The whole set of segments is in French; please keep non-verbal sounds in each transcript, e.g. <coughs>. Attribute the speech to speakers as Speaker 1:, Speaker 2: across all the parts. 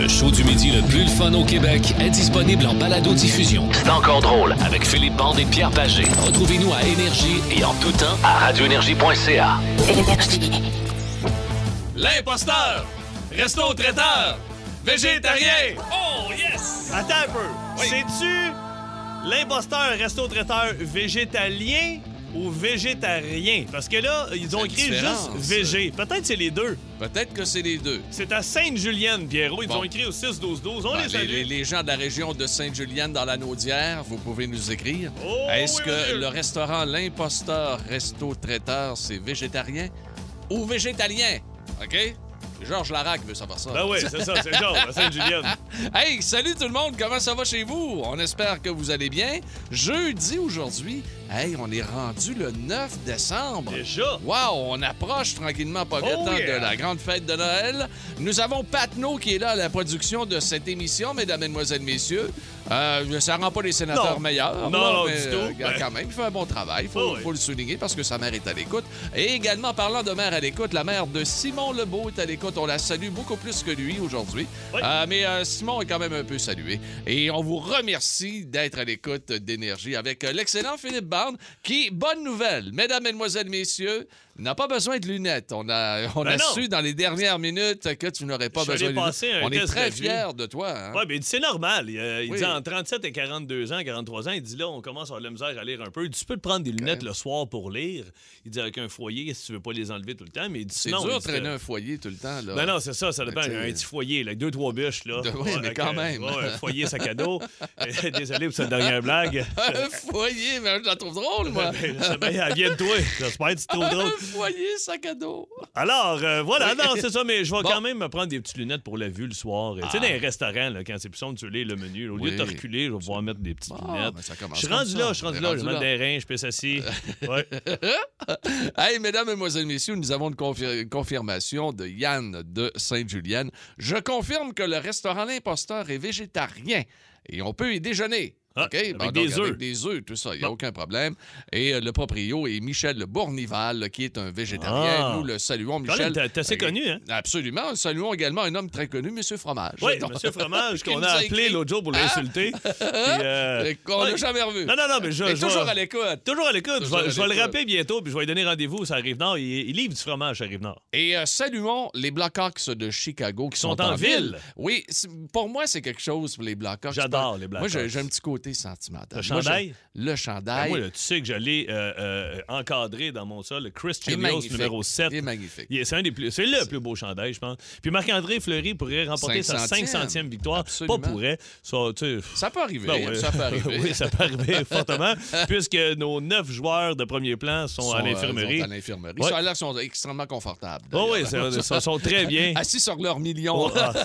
Speaker 1: l'après-midi le plus le fun au Québec est disponible en balado-diffusion. C'est encore drôle avec Philippe Bande et Pierre Pagé. Retrouvez-nous à Énergie et en tout temps à radioénergie.ca.
Speaker 2: L'imposteur! Resto traiteur! Végétarien! Oh yes!
Speaker 3: Attends un peu. C'est-tu l'imposteur resto-traiteur végétalien ou végétarien? Parce que là, ils ont
Speaker 2: Quelle
Speaker 3: écrit
Speaker 2: différence.
Speaker 3: juste végé. Peut-être c'est les deux.
Speaker 2: Peut-être que c'est les deux.
Speaker 3: C'est à Sainte-Julienne, Pierrot. Ils
Speaker 2: Bon.
Speaker 3: ont écrit au 6-12-12. On
Speaker 2: Ben,
Speaker 3: les
Speaker 2: les,
Speaker 3: salue.
Speaker 2: les- les gens de la région de Sainte-Julienne dans la Naudière, vous pouvez nous écrire.
Speaker 3: Oh,
Speaker 2: Est-ce
Speaker 3: oui,
Speaker 2: que
Speaker 3: monsieur.
Speaker 2: le restaurant L'Imposteur Resto Traiteur, c'est végétarien ou végétalien? OK? Georges Larac veut savoir ça.
Speaker 3: Ben oui, c'est ça, c'est genre à Sainte-Julienne.
Speaker 2: <laughs> Hey, salut tout le monde, comment ça va chez vous? On espère que vous allez bien. Jeudi aujourd'hui, hey, on est rendu le 9 décembre.
Speaker 3: Déjà?
Speaker 2: Wow, on approche tranquillement pas vite
Speaker 3: Oh
Speaker 2: hein,
Speaker 3: yeah.
Speaker 2: de la grande fête de Noël. Nous avons Patno qui est là à la production de cette émission, mesdames, mesdemoiselles, messieurs. Euh, ça rend pas les sénateurs
Speaker 3: Non.
Speaker 2: meilleurs.
Speaker 3: Non,
Speaker 2: là,
Speaker 3: non,
Speaker 2: mais,
Speaker 3: du tout.
Speaker 2: euh, regarde,
Speaker 3: Ben.
Speaker 2: quand même, il fait un bon travail. Faut,
Speaker 3: Oh oui.
Speaker 2: faut le souligner parce que sa mère est à l'écoute. Et également, parlant de mère à l'écoute, la mère de Simon Lebeau est à l'écoute. On la salue beaucoup plus que lui aujourd'hui.
Speaker 3: Oui.
Speaker 2: Euh, mais euh, Simon est quand même un peu salué. Et on vous remercie d'être à l'écoute d'énergie avec euh, l'excellent Philippe Barne qui, bonne nouvelle, mesdames, mesdemoiselles, messieurs, n'a pas besoin de lunettes. On a, on
Speaker 3: Ben
Speaker 2: a
Speaker 3: non.
Speaker 2: su dans les dernières minutes que tu n'aurais pas
Speaker 3: Je suis
Speaker 2: besoin de
Speaker 3: allé passer
Speaker 2: lunettes.
Speaker 3: un
Speaker 2: On est
Speaker 3: test
Speaker 2: très
Speaker 3: de vue.
Speaker 2: fiers de toi. hein?
Speaker 3: Ouais, mais c'est normal. Il, euh, il
Speaker 2: Oui.
Speaker 3: dit en 37 et 42 ans, 43 ans, il dit là, on commence à avoir de la misère à lire un peu. Il dit, tu peux te prendre des lunettes le soir pour lire. Il dit avec un foyer, si tu veux pas les enlever tout le temps, mais il dit
Speaker 2: C'est
Speaker 3: sinon.
Speaker 2: dur
Speaker 3: il
Speaker 2: de
Speaker 3: dit,
Speaker 2: traîner
Speaker 3: euh,
Speaker 2: un foyer tout le temps. Là.
Speaker 3: Non, non, c'est ça, ça dépend.
Speaker 2: Ben, tu sais-
Speaker 3: un petit foyer, là, avec deux, trois bûches, là.
Speaker 2: De- oui, mais
Speaker 3: avec
Speaker 2: quand
Speaker 3: un-
Speaker 2: même.
Speaker 3: ouais, un foyer sac
Speaker 2: <laughs>
Speaker 3: à dos. Euh, Désolé pour cette dernière blague.
Speaker 2: un foyer, mais je la trouve drôle, moi.
Speaker 3: <laughs> Ben,
Speaker 2: <laughs>
Speaker 3: ben, elle vient de toi. J'espère que tu te trouves
Speaker 2: un
Speaker 3: drôle.
Speaker 2: foyer, sac à dos.
Speaker 3: Alors, euh, voilà, non, c'est ça, mais je vais
Speaker 2: Bon. Ah.
Speaker 3: quand même me prendre des petites lunettes pour la vue le soir. Et Tu sais, dans les restaurants, là, quand c'est plus sombre, tu lis le menu. là, au lieu de te
Speaker 2: Oui.
Speaker 3: reculer, je vais pouvoir mettre des petites
Speaker 2: Bon,
Speaker 3: lunettes.
Speaker 2: ben, ça commence
Speaker 3: je suis
Speaker 2: comme
Speaker 3: rendu
Speaker 2: ça.
Speaker 3: là, je suis rendu
Speaker 2: T'es
Speaker 3: là,
Speaker 2: rendu
Speaker 3: je mets
Speaker 2: là.
Speaker 3: des reins, je
Speaker 2: <laughs>
Speaker 3: pisse assis. Ouais.
Speaker 2: Hey, mesdames, mesdemoiselles, messieurs, nous avons une, confir- une confirmation de Yann de Sainte-Julienne. Je confirme que le restaurant L'Imposteur est végétarien et on peut y déjeuner.
Speaker 3: Ah,
Speaker 2: OK? Ben,
Speaker 3: avec
Speaker 2: donc,
Speaker 3: des œufs.
Speaker 2: Avec des œufs, tout ça, il n'y a aucun problème. Et euh, le proprio est Michel Bournival, qui est un végétarien.
Speaker 3: Ah.
Speaker 2: Nous le saluons,
Speaker 3: Quand
Speaker 2: Michel.
Speaker 3: même, t'es t'es assez
Speaker 2: Euh,
Speaker 3: connu, hein?
Speaker 2: Absolument. Saluons également un homme très connu, Monsieur Fromage.
Speaker 3: Oui,
Speaker 2: Donc-
Speaker 3: Monsieur
Speaker 2: <laughs>
Speaker 3: Fromage,
Speaker 2: qui
Speaker 3: qu'on
Speaker 2: nous
Speaker 3: a appelé
Speaker 2: écrit- Hein?
Speaker 3: l'autre jour
Speaker 2: <laughs>
Speaker 3: pour l'insulter. Puis, euh,
Speaker 2: Qu'on n'a
Speaker 3: ouais.
Speaker 2: jamais revu.
Speaker 3: Non, non, non, mais je.
Speaker 2: Mais
Speaker 3: je
Speaker 2: toujours
Speaker 3: vais-
Speaker 2: à l'écoute.
Speaker 3: Toujours à l'écoute. Je
Speaker 2: Toujours à
Speaker 3: vais, je vais le
Speaker 2: l'écoute.
Speaker 3: rappeler bientôt, puis je vais lui donner rendez-vous. Ça arrive nord. Il, il livre du fromage, ça arrive nord.
Speaker 2: Et euh, saluons les Blackhawks de Chicago qui sont,
Speaker 3: Sont en ville.
Speaker 2: Oui, c'est- pour moi, c'est quelque chose pour les Blackhawks.
Speaker 3: J'adore les
Speaker 2: Moi,
Speaker 3: Blackhawks.
Speaker 2: j'ai j'ai un petit côté sentimental.
Speaker 3: Le
Speaker 2: Moi, j'ai-
Speaker 3: chandail?
Speaker 2: le
Speaker 3: Ben,
Speaker 2: chandail.
Speaker 3: moi, là, tu sais que j'allais euh, euh, encadrer dans mon sol le Chris
Speaker 2: est
Speaker 3: Chelios
Speaker 2: magnifique.
Speaker 3: numéro 7.
Speaker 2: Il est magnifique.
Speaker 3: Il est- C'est un des plus, c'est le plus beau chandail, je pense. Puis Marc-André Fleury pourrait remporter sa
Speaker 2: 500e.
Speaker 3: 500e victoire.
Speaker 2: Absolument.
Speaker 3: Pas pourrait. Ça, tu sais,
Speaker 2: Ça peut arriver.
Speaker 3: ben ouais.
Speaker 2: Ça
Speaker 3: <laughs>
Speaker 2: peut arriver.
Speaker 3: oui, ça peut
Speaker 2: <laughs>
Speaker 3: arriver fortement, puisque nos neuf joueurs de premier plan sont,
Speaker 2: Ils sont,
Speaker 3: à
Speaker 2: euh,
Speaker 3: l'infirmerie.
Speaker 2: Ils sont à l'infirmerie.
Speaker 3: Ouais.
Speaker 2: Ils sont, là, ils sont extrêmement confortables.
Speaker 3: Oh, oui,
Speaker 2: d'ailleurs.
Speaker 3: ils sont, sont très bien.
Speaker 2: <laughs> Assis sur leur million.
Speaker 3: Oh, ah,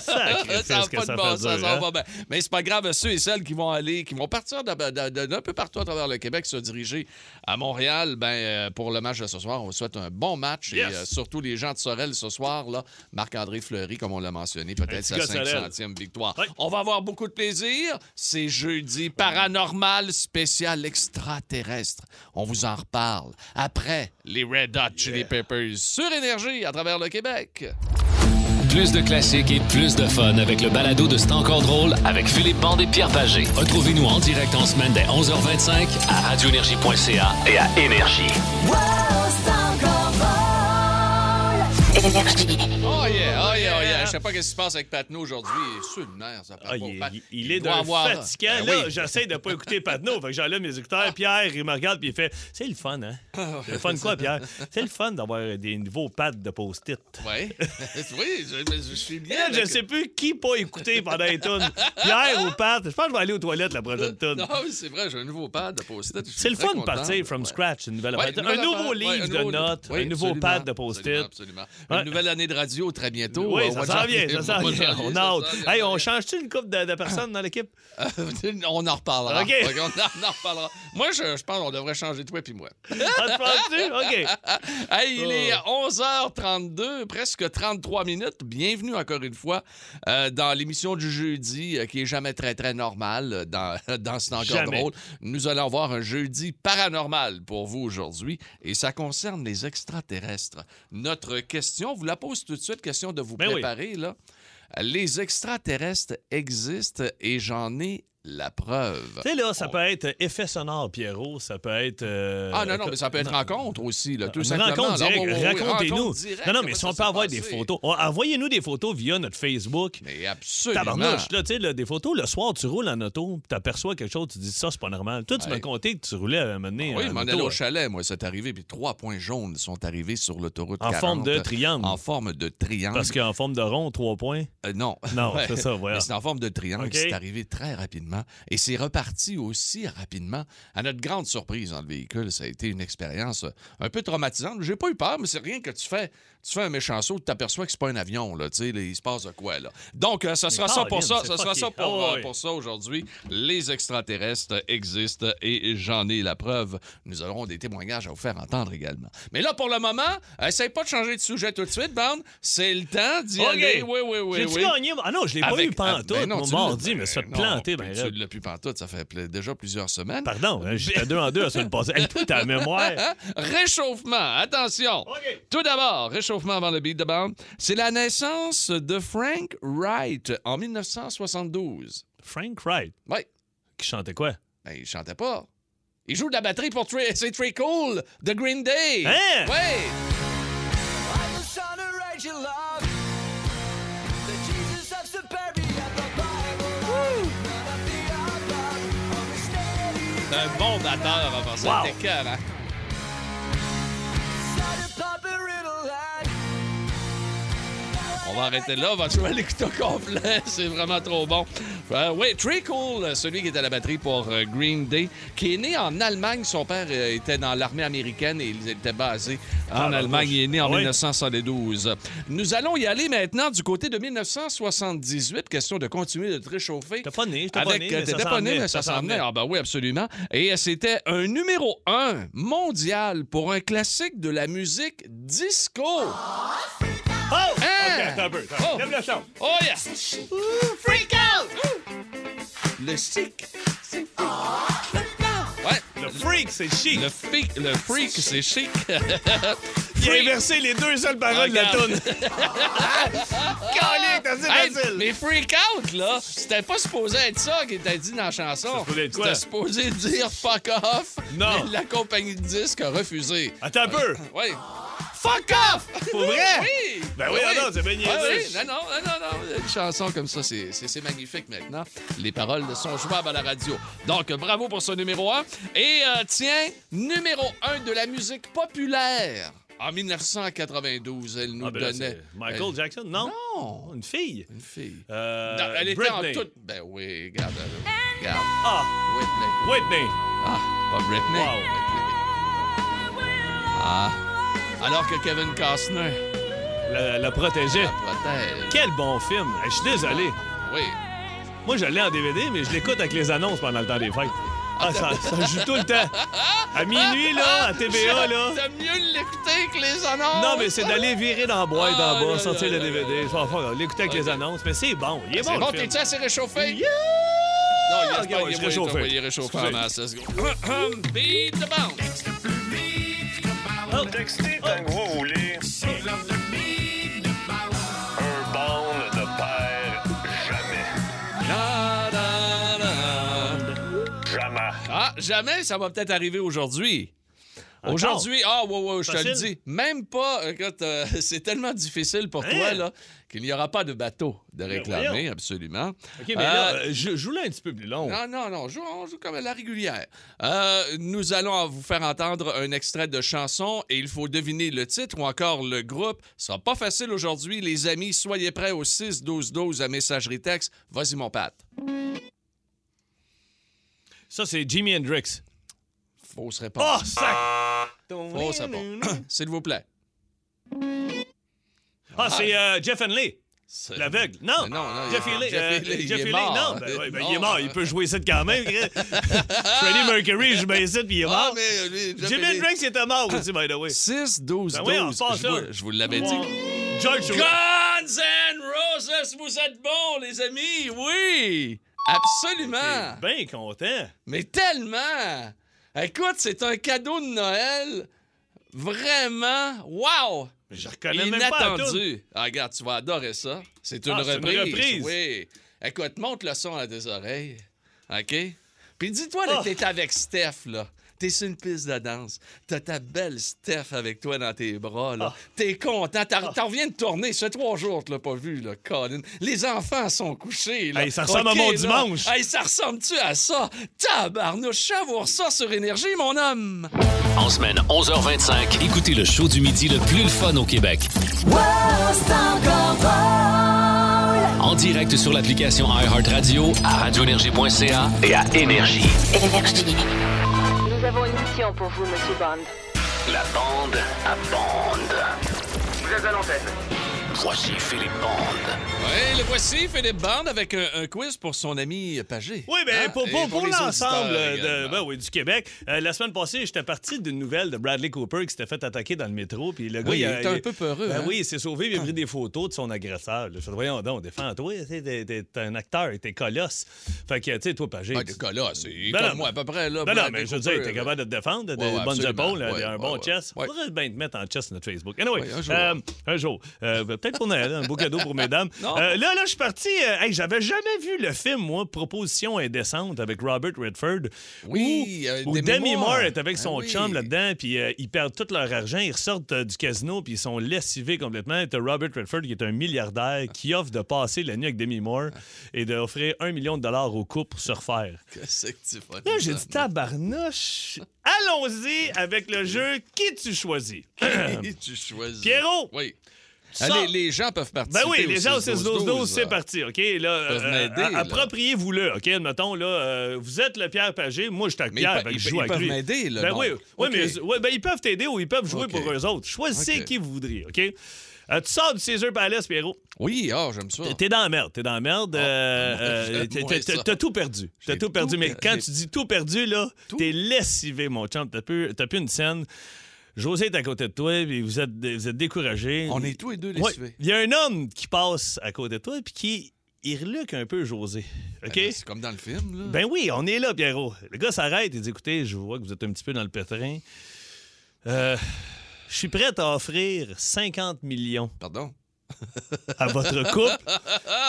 Speaker 2: <laughs>
Speaker 3: sacrifice
Speaker 2: ça n'a
Speaker 3: que
Speaker 2: pas
Speaker 3: ça
Speaker 2: de bon
Speaker 3: fait
Speaker 2: sens,
Speaker 3: dur,
Speaker 2: ça
Speaker 3: hein?
Speaker 2: va bien. Mais c'est pas grave, ceux et celles qui vont aller, qui vont partir d'un d'un- d'un peu partout à travers le Québec, se diriger à Montréal, ben, euh, pour le match de ce soir, on vous souhaite un bon match.
Speaker 3: Yes.
Speaker 2: Et euh, surtout les gens de Sorel ce soir, là, Marc-André Fleury, comme on l'a mentionné, peut-être
Speaker 3: petit
Speaker 2: sa
Speaker 3: gars de Sorel.
Speaker 2: 500e victoire.
Speaker 3: Oui.
Speaker 2: On va avoir beaucoup de plaisir. C'est jeudi paranormal spécial extraterrestre. On vous en reparle après les Red Hot Chili Peppers sur Énergie à travers le Québec.
Speaker 1: Plus de classiques et plus de fun avec le balado de C'est encore drôle avec Philippe Bande et Pierre Pagé. Retrouvez-nous en direct en semaine dès 11h25 à radioénergie.ca et à Énergie.
Speaker 2: Oh yeah, oh yeah, oh yeah.
Speaker 3: yeah.
Speaker 2: Je sais pas ce qui se passe avec Patnaud aujourd'hui. Il est sur le nerf, ça
Speaker 3: Ah,
Speaker 2: part
Speaker 3: il,
Speaker 2: pas.
Speaker 3: il- il est
Speaker 2: doit
Speaker 3: d'un
Speaker 2: avoir-
Speaker 3: fatigant.
Speaker 2: Ben
Speaker 3: là,
Speaker 2: oui.
Speaker 3: j'essaie de pas écouter Patnaud. Fait que j'enlève mes écouteurs. Pierre, il me regarde puis il fait C'est le fun, hein?
Speaker 2: Ah,
Speaker 3: C'est le fun quoi, Pierre? C'est le fun d'avoir des nouveaux pads de post-it. <laughs>
Speaker 2: Ouais. <laughs> oui, je, mais je suis bien.
Speaker 3: Là, je
Speaker 2: avec-
Speaker 3: sais plus qui pas écouter pendant les tunes. Pierre ou Pat. Je pense que je vais aller aux toilettes la prochaine tune.
Speaker 2: Non, mais c'est vrai, j'ai un nouveau pad de post-it. Je suis
Speaker 3: C'est le
Speaker 2: très
Speaker 3: fun de
Speaker 2: content.
Speaker 3: partir from scratch, une nouvelle
Speaker 2: Ouais,
Speaker 3: affaire.
Speaker 2: une
Speaker 3: Un
Speaker 2: nouvelle
Speaker 3: nouveau
Speaker 2: affaire. Ouais,
Speaker 3: livre
Speaker 2: un
Speaker 3: de
Speaker 2: nouveau-
Speaker 3: notes,
Speaker 2: Oui,
Speaker 3: un nouveau
Speaker 2: absolument,
Speaker 3: pad de post-it.
Speaker 2: Absolument, absolument.
Speaker 3: Ouais.
Speaker 2: Une nouvelle année de radio très bientôt. euh,
Speaker 3: Oui,
Speaker 2: au mois
Speaker 3: ça
Speaker 2: de
Speaker 3: s'en vient,
Speaker 2: janvier. <laughs>
Speaker 3: ça s'en
Speaker 2: Au mois de
Speaker 3: vient.
Speaker 2: janvier,
Speaker 3: On,
Speaker 2: ça
Speaker 3: a-
Speaker 2: s'en vient.
Speaker 3: Hey, on change-tu une couple de, de personnes dans l'équipe?
Speaker 2: <laughs> on en reparlera.
Speaker 3: OK.
Speaker 2: OK, on, en, <laughs> on en reparlera. Moi, je, je pense qu'on devrait changer toi puis moi.
Speaker 3: <laughs> Ah, tu penses-tu? OK.
Speaker 2: <laughs>
Speaker 3: Oh.
Speaker 2: Hey, il est 11h32, presque 33 minutes. Bienvenue encore une fois euh, dans l'émission du jeudi, euh, qui est jamais très, très normale euh, dans, <laughs> dans C'est encore
Speaker 3: Jamais.
Speaker 2: drôle. Nous allons voir un jeudi paranormal pour vous aujourd'hui et ça concerne les extraterrestres. Notre question, vous la pose tout de suite, question de vous
Speaker 3: Ben oui.
Speaker 2: préparer, là. Les extraterrestres existent et j'en ai la preuve.
Speaker 3: Tu sais, là, ça peut être euh, effet sonore, Pierrot. Ça peut être. euh,
Speaker 2: Ah non, non, mais ça peut être
Speaker 3: non.
Speaker 2: rencontre aussi, là, tout
Speaker 3: Une
Speaker 2: simplement.
Speaker 3: rencontre
Speaker 2: Là,
Speaker 3: directe.
Speaker 2: oui, oui, oui,
Speaker 3: Racontez-nous.
Speaker 2: rencontre directe,
Speaker 3: Non, non, mais
Speaker 2: comment
Speaker 3: si
Speaker 2: ça
Speaker 3: on peut
Speaker 2: s'est
Speaker 3: avoir des
Speaker 2: passé?
Speaker 3: photos, oh, envoyez-nous des photos via notre Facebook.
Speaker 2: Mais absolument.
Speaker 3: Tabarnouche, là, tu sais, là, des photos, le soir, tu roules en auto, tu aperçois quelque chose, tu dis ça, c'est pas normal. Toi, tu
Speaker 2: Ouais. Ah
Speaker 3: m'as conté que tu roulais à un moment donné.
Speaker 2: Oui,
Speaker 3: en
Speaker 2: m'en
Speaker 3: auto,
Speaker 2: allais au
Speaker 3: euh,
Speaker 2: chalet, moi, c'est arrivé. Puis trois points jaunes sont arrivés sur l'autoroute
Speaker 3: En
Speaker 2: 40,
Speaker 3: forme de triangle.
Speaker 2: En forme de triangle.
Speaker 3: Parce qu'en forme de rond, trois points.
Speaker 2: Euh, non.
Speaker 3: Non, c'est ça, voilà.
Speaker 2: Mais c'est en forme de triangle.
Speaker 3: OK.
Speaker 2: C'est arrivé très rapidement. Et c'est reparti aussi rapidement. À notre grande surprise dans le véhicule, ça a été une expérience euh, un peu traumatisante. J'ai pas eu peur, mais c'est rien que tu fais. Tu fais un méchant saut, tu t'aperçois que c'est pas un avion. Là, Tu sais, là, il se passe de quoi. Là. Donc, euh, ça sera ça pour
Speaker 3: Caroline,
Speaker 2: ça.
Speaker 3: c'est
Speaker 2: Ça sera
Speaker 3: fucké.
Speaker 2: ça pour,
Speaker 3: Ah
Speaker 2: euh,
Speaker 3: ouais.
Speaker 2: pour ça aujourd'hui. Les extraterrestres existent et j'en ai la preuve. Nous aurons des témoignages à vous faire entendre également. Mais là, pour le moment, essaye pas de changer de sujet tout de suite, Bande. C'est le temps d'y
Speaker 3: OK.
Speaker 2: aller. Oui, oui, oui.
Speaker 3: J'ai-tu
Speaker 2: oui.
Speaker 3: gagné? Ah non, je l'ai pas
Speaker 2: Avec-
Speaker 3: eu pantoute.
Speaker 2: Ah, ben non,
Speaker 3: mon
Speaker 2: tu
Speaker 3: mardi,
Speaker 2: l'as-
Speaker 3: je me suis fait
Speaker 2: ben
Speaker 3: planter.
Speaker 2: non,
Speaker 3: Ben,
Speaker 2: puis
Speaker 3: raide.
Speaker 2: tu l'as plus pantoute, ça fait pl- déjà plusieurs semaines.
Speaker 3: Pardon, hein, j'étais deux en deux la semaine passée. Elle
Speaker 2: <laughs>
Speaker 3: tout ta mémoire.
Speaker 2: Hein? Réchauffement, attention. Tout d'abord, réchauffement avant le beat de bande. C'est la naissance de Frank Wright en 1972.
Speaker 3: Frank Wright,
Speaker 2: Oui,
Speaker 3: qui chantait quoi?
Speaker 2: ben, il chantait pas. Il joue de la batterie pour Trey- c'est Trey Cool de Green Day.
Speaker 3: Hein?
Speaker 2: Ouais. C'est un bon batteur avant ça.
Speaker 3: Wow.
Speaker 2: T'es cœur, hein? On va arrêter là, on va jouer à l'écoute au complet. <laughs> C'est vraiment trop bon. Euh, oui, Trey Cool, celui qui est à la batterie pour euh, Green Day, qui est né en Allemagne. Son père euh, était dans l'armée américaine et il était basé en
Speaker 3: la
Speaker 2: Allemagne.
Speaker 3: vache.
Speaker 2: Il est né en
Speaker 3: Ah oui?
Speaker 2: 1972. Nous allons y aller maintenant du côté de 1978. Question de continuer de te réchauffer.
Speaker 3: T'as pas né, j'étais pas
Speaker 2: Avec,
Speaker 3: né.
Speaker 2: euh,
Speaker 3: mais ça
Speaker 2: t'étais
Speaker 3: s'en
Speaker 2: pas né,
Speaker 3: venait,
Speaker 2: mais ça s'en venait.
Speaker 3: venait.
Speaker 2: Ah ben oui, absolument. Et euh, c'était un numéro un mondial pour un classique de la musique disco.
Speaker 3: Oh!
Speaker 2: Hein?
Speaker 3: Ok, attends un peu, attends.
Speaker 2: Oh!
Speaker 3: Lève le son.
Speaker 2: Oh yeah! freak <laughs> out! Le chic, c'est freak. Ouais,
Speaker 3: <laughs> Le freak, c'est chic.
Speaker 2: le freak, le freak, c'est chic.
Speaker 3: <laughs> Il a
Speaker 2: freak.
Speaker 3: inversé les deux seules paroles de la
Speaker 2: Regarde.
Speaker 3: toune. Calé, t'as dit
Speaker 2: Ah! Hey,
Speaker 3: facile.
Speaker 2: mais freak out, là, c'était pas supposé être ça qu'il t'a dit dans la chanson.
Speaker 3: C'était supposé être quoi?
Speaker 2: C'était supposé dire fuck off.
Speaker 3: Non.
Speaker 2: Mais la compagnie de disques a refusé. Euh,
Speaker 3: Attends un peu.
Speaker 2: Ouais. Fuck off!
Speaker 3: Pour vrai?
Speaker 2: Oui! Ah
Speaker 3: Ben oui, non, c'est bien niaiseux.
Speaker 2: oui, non, non, non, non, non. Une chanson comme ça, c'est- c'est c'est magnifique maintenant. Les paroles sont jouables à la radio. Donc, bravo pour ce numéro 1. Et euh, tiens, numéro 1 de la musique populaire. En 1992, elle nous
Speaker 3: Ah, ben là,
Speaker 2: donnait...
Speaker 3: c'est Michael
Speaker 2: elle-
Speaker 3: Jackson, non?
Speaker 2: Non!
Speaker 3: Une fille.
Speaker 2: Une fille.
Speaker 3: Euh,
Speaker 2: Non, elle était
Speaker 3: Britney.
Speaker 2: en toute... Ben oui, regarde. euh, Regarde.
Speaker 3: Ah,
Speaker 2: Whitney.
Speaker 3: Whitney.
Speaker 2: Ah, pas Britney.
Speaker 3: Wow.
Speaker 2: Whitney. Ah. Alors que Kevin Costner
Speaker 3: La, la protégeait.
Speaker 2: la protège.
Speaker 3: Quel bon film. Hey, Je suis désolé.
Speaker 2: Oui.
Speaker 3: Moi, je l'ai en DVD, mais je l'écoute avec les annonces pendant le temps des fêtes. Ah, ça, ça joue tout le temps. À minuit, là, à TVA, là.
Speaker 2: T'as Ah, mieux l'écouter que les annonces.
Speaker 3: Non, mais c'est d'aller virer dans la boîte
Speaker 2: Ah,
Speaker 3: en bas,
Speaker 2: là,
Speaker 3: sortir
Speaker 2: là,
Speaker 3: le
Speaker 2: là, Ah,
Speaker 3: DVD, faire- faire- l'écouter avec les annonces. Mais c'est bon. Il est
Speaker 2: C'est
Speaker 3: bon,
Speaker 2: bon,
Speaker 3: le film.
Speaker 2: t'es-tu assez réchauffé?
Speaker 3: Yeah!
Speaker 2: Non, il
Speaker 3: Ok,
Speaker 2: est pas- Ah,
Speaker 3: ouais,
Speaker 2: il est
Speaker 3: je suis
Speaker 2: pas- il est pas-
Speaker 3: réchauffé.
Speaker 2: Il est réchauffé en
Speaker 3: Excusez.
Speaker 2: masse. let's go. Hum, Beat the bounce.
Speaker 3: Oh,
Speaker 4: Texté d'enrouler un bond ne perd jamais.
Speaker 2: Da, da, da.
Speaker 4: Jamais.
Speaker 2: Ah, jamais ça va peut-être arriver aujourd'hui. Aujourd'hui, ah, ouais, ouais, je te le
Speaker 3: Facile.
Speaker 2: dis. Même pas, écoute, euh, <laughs> c'est tellement difficile pour
Speaker 3: Hein? Ben
Speaker 2: toi, là, qu'il n'y aura pas de bateau de réclamer,
Speaker 3: voyons.
Speaker 2: absolument.
Speaker 3: OK, mais là,
Speaker 2: Euh,
Speaker 3: euh, je joue là un petit peu plus long.
Speaker 2: Oh. Ah, Non, non, non, joue- on joue comme à la régulière. Euh, nous allons vous faire entendre un extrait de chanson et il faut deviner le titre ou encore le groupe. Ce sera pas facile aujourd'hui, les amis. Soyez prêts au 6-12-12 à messagerie texte. Vas-y, mon Pat.
Speaker 3: Ça, c'est Jimi Hendrix.
Speaker 2: Fausse
Speaker 3: Oh,
Speaker 2: réponse.
Speaker 3: sac!
Speaker 2: Fausse réponse. <coughs>
Speaker 3: Ben
Speaker 2: S'il vous plaît.
Speaker 3: Ah, c'est euh, Jeff Henley,
Speaker 2: C'est-
Speaker 3: l'aveugle. Non,
Speaker 2: Non, non,
Speaker 3: Jeff
Speaker 2: il-
Speaker 3: Henley.
Speaker 2: Jeff
Speaker 3: euh,
Speaker 2: Healey, il
Speaker 3: Jeff
Speaker 2: est
Speaker 3: Healey,
Speaker 2: mort.
Speaker 3: non. Ben, ouais, ben, il est
Speaker 2: Non.
Speaker 3: mort, il peut jouer ça de quand
Speaker 2: <laughs>
Speaker 3: même. gars. Freddie Mercury, je mets ça, puis il est
Speaker 2: Ah,
Speaker 3: mort.
Speaker 2: mais lui, Jeff
Speaker 3: Jimi
Speaker 2: Healey.
Speaker 3: Hendrix il était mort aussi, by the way.
Speaker 2: 6-12-12.
Speaker 3: Ben oui, on passe
Speaker 2: je,
Speaker 3: ça.
Speaker 2: vous, je vous l'avais dit.
Speaker 3: George
Speaker 2: Guns and Roses, vous êtes bons, les amis. Oui, absolument.
Speaker 3: Bien content.
Speaker 2: Mais tellement! Écoute, c'est un cadeau de Noël. Vraiment, wow!
Speaker 3: Mais je reconnais même pas la toune.
Speaker 2: Inattendu. Ah, regarde, tu vas adorer ça. C'est une
Speaker 3: Ah, c'est une
Speaker 2: reprise.
Speaker 3: reprise.
Speaker 2: Oui. Écoute, monte le son à tes oreilles. OK? Puis dis-toi
Speaker 3: Ah.
Speaker 2: que t'es avec Steph, là. T'es sur une piste de danse. T'as ta belle Steph avec toi dans tes bras,
Speaker 3: Oh!
Speaker 2: là. T'es content. T'en t'en reviens de tourner. Ça fait trois jours que tu l'as pas vu, là, Colin. Les enfants sont couchés, là.
Speaker 3: Hey, ça ressemble à
Speaker 2: OK,
Speaker 3: mon
Speaker 2: là.
Speaker 3: dimanche.
Speaker 2: Hey, ça ressemble-tu à ça? Tabarnouche, savoure ça sur Énergie, mon homme!
Speaker 1: En semaine 11h25, écoutez le show du midi le plus le fun au Québec. En direct sur l'application iHeartRadio, à radioénergie.ca et à Énergie.
Speaker 5: Nous avons une mission pour vous, Monsieur Bond.
Speaker 1: La bande à bande.
Speaker 6: Vous êtes à l'antenne.
Speaker 1: Voici Philippe Bande.
Speaker 2: Oui, le voici, Philippe Bande, avec un, un quiz pour son ami Pagé.
Speaker 3: Oui, mais
Speaker 2: Hein?
Speaker 3: pour,
Speaker 2: Et
Speaker 3: pour, pour
Speaker 2: les
Speaker 3: l'ensemble
Speaker 2: auditeurs
Speaker 3: de-
Speaker 2: également.
Speaker 3: ben oui, du Québec, euh, la semaine passée, j'étais parti d'une nouvelle de Bradley Cooper qui s'était fait attaquer dans le métro. Puis le gars,
Speaker 2: Oui, il
Speaker 3: a-
Speaker 2: était un peu peureux,
Speaker 3: Ben
Speaker 2: hein?
Speaker 3: oui, il s'est sauvé, il a pris des photos de son agresseur. là. Je fais, voyons donc, défends-toi, tu sais, t'es t'es un acteur, t'es colosse. Fait que, tu sais, toi, Pagé.
Speaker 2: Ah,
Speaker 3: tu-
Speaker 2: des colosse, c'est
Speaker 3: Ben
Speaker 2: comme
Speaker 3: non,
Speaker 2: moi, à peu près. Là,
Speaker 3: non, non,
Speaker 2: Bradley
Speaker 3: mais je veux
Speaker 2: Cooper,
Speaker 3: dire, t'es
Speaker 2: là.
Speaker 3: capable de te défendre, des
Speaker 2: Ouais, ouais,
Speaker 3: bonnes
Speaker 2: absolument.
Speaker 3: épaules, là,
Speaker 2: Ouais,
Speaker 3: un
Speaker 2: ouais,
Speaker 3: bon
Speaker 2: ouais.
Speaker 3: chest.
Speaker 2: Ouais.
Speaker 3: Faudrait bien te mettre en chest, notre Facebook. Anyway,
Speaker 2: Ouais, un jour.
Speaker 3: euh, un jour. Euh, Peut-être pour Noël, un beau cadeau pour mesdames.
Speaker 2: <laughs> Non.
Speaker 3: Euh, là, là, je suis parti. euh, hey, J'avais jamais vu le film, moi, Proposition indécente avec Robert Redford.
Speaker 2: Oui,
Speaker 3: où,
Speaker 2: euh,
Speaker 3: où
Speaker 2: Demi
Speaker 3: Demi
Speaker 2: Moore.
Speaker 3: Moore est avec son
Speaker 2: Ah oui.
Speaker 3: chum là-dedans, puis euh, ils perdent tout leur argent, ils ressortent euh, du casino, puis ils sont lessivés complètement. Et t'as Robert Redford, qui est un milliardaire,
Speaker 2: Ah.
Speaker 3: qui offre de passer la nuit avec Demi Moore et d'offrir un million de dollars au couple pour se refaire.
Speaker 2: Qu'est-ce que tu fais?
Speaker 3: Là, j'ai dit tabarnouche. Allons-y avec le jeu Qui
Speaker 2: <coughs>
Speaker 3: tu choisis? <laughs>
Speaker 2: Et tu choisis.
Speaker 3: Pierrot!
Speaker 2: Oui.
Speaker 3: Tu
Speaker 2: Ah,
Speaker 3: sors-
Speaker 2: les, les gens peuvent
Speaker 3: Ben
Speaker 2: participer.
Speaker 3: oui, les gens au
Speaker 2: 6-12-12,
Speaker 3: 6-12-12, c'est
Speaker 2: là.
Speaker 3: parti, OK? Là, euh,
Speaker 2: peuvent m'aider,
Speaker 3: a-
Speaker 2: là.
Speaker 3: Appropriez-vous-le, OK? Admettons, là, euh, vous êtes le Pierre Pagé, moi, je suis avec
Speaker 2: Mais ils pe-
Speaker 3: Pierre, fait que
Speaker 2: ils
Speaker 3: je
Speaker 2: pe-
Speaker 3: joue
Speaker 2: ils
Speaker 3: avec
Speaker 2: peuvent
Speaker 3: lui.
Speaker 2: m'aider, là,
Speaker 3: Ben
Speaker 2: donc.
Speaker 3: oui, oui,
Speaker 2: OK.
Speaker 3: mais ouais, ben, ils peuvent t'aider ou ils peuvent jouer
Speaker 2: OK.
Speaker 3: pour eux autres. Choisissez
Speaker 2: OK.
Speaker 3: qui vous voudriez, OK? Euh, tu sors du César Palace, Pierrot.
Speaker 2: Oui, ah, j'aime ça.
Speaker 3: T'es- T'es dans la merde, t'es dans la
Speaker 2: <laughs>
Speaker 3: merde. euh,
Speaker 2: j'aime
Speaker 3: euh, t'es-
Speaker 2: Ah, moins
Speaker 3: t'es-
Speaker 2: ça.
Speaker 3: t'as t'as tout perdu. T'as
Speaker 2: J'ai
Speaker 3: tout perdu.
Speaker 2: tout
Speaker 3: Mais
Speaker 2: per-
Speaker 3: quand
Speaker 2: j'ai-
Speaker 3: tu dis tout perdu, là, t'es lessivé, mon chum. T'as plus, t'as plus une scène. José est à côté de toi, puis vous êtes, vous êtes découragé.
Speaker 2: On est tous les deux
Speaker 3: Ouais.
Speaker 2: lessivés.
Speaker 3: Il y a un homme qui passe à côté de toi, puis qui irluque un peu José. OK?
Speaker 2: Ben, C'est comme dans le film, là.
Speaker 3: Ben oui, on est là, Pierrot. Le gars s'arrête et dit Écoutez, je vois que vous êtes un petit peu dans le pétrin. Euh, je suis prêt à offrir 50 millions <laughs>
Speaker 2: Pardon.
Speaker 3: à votre couple,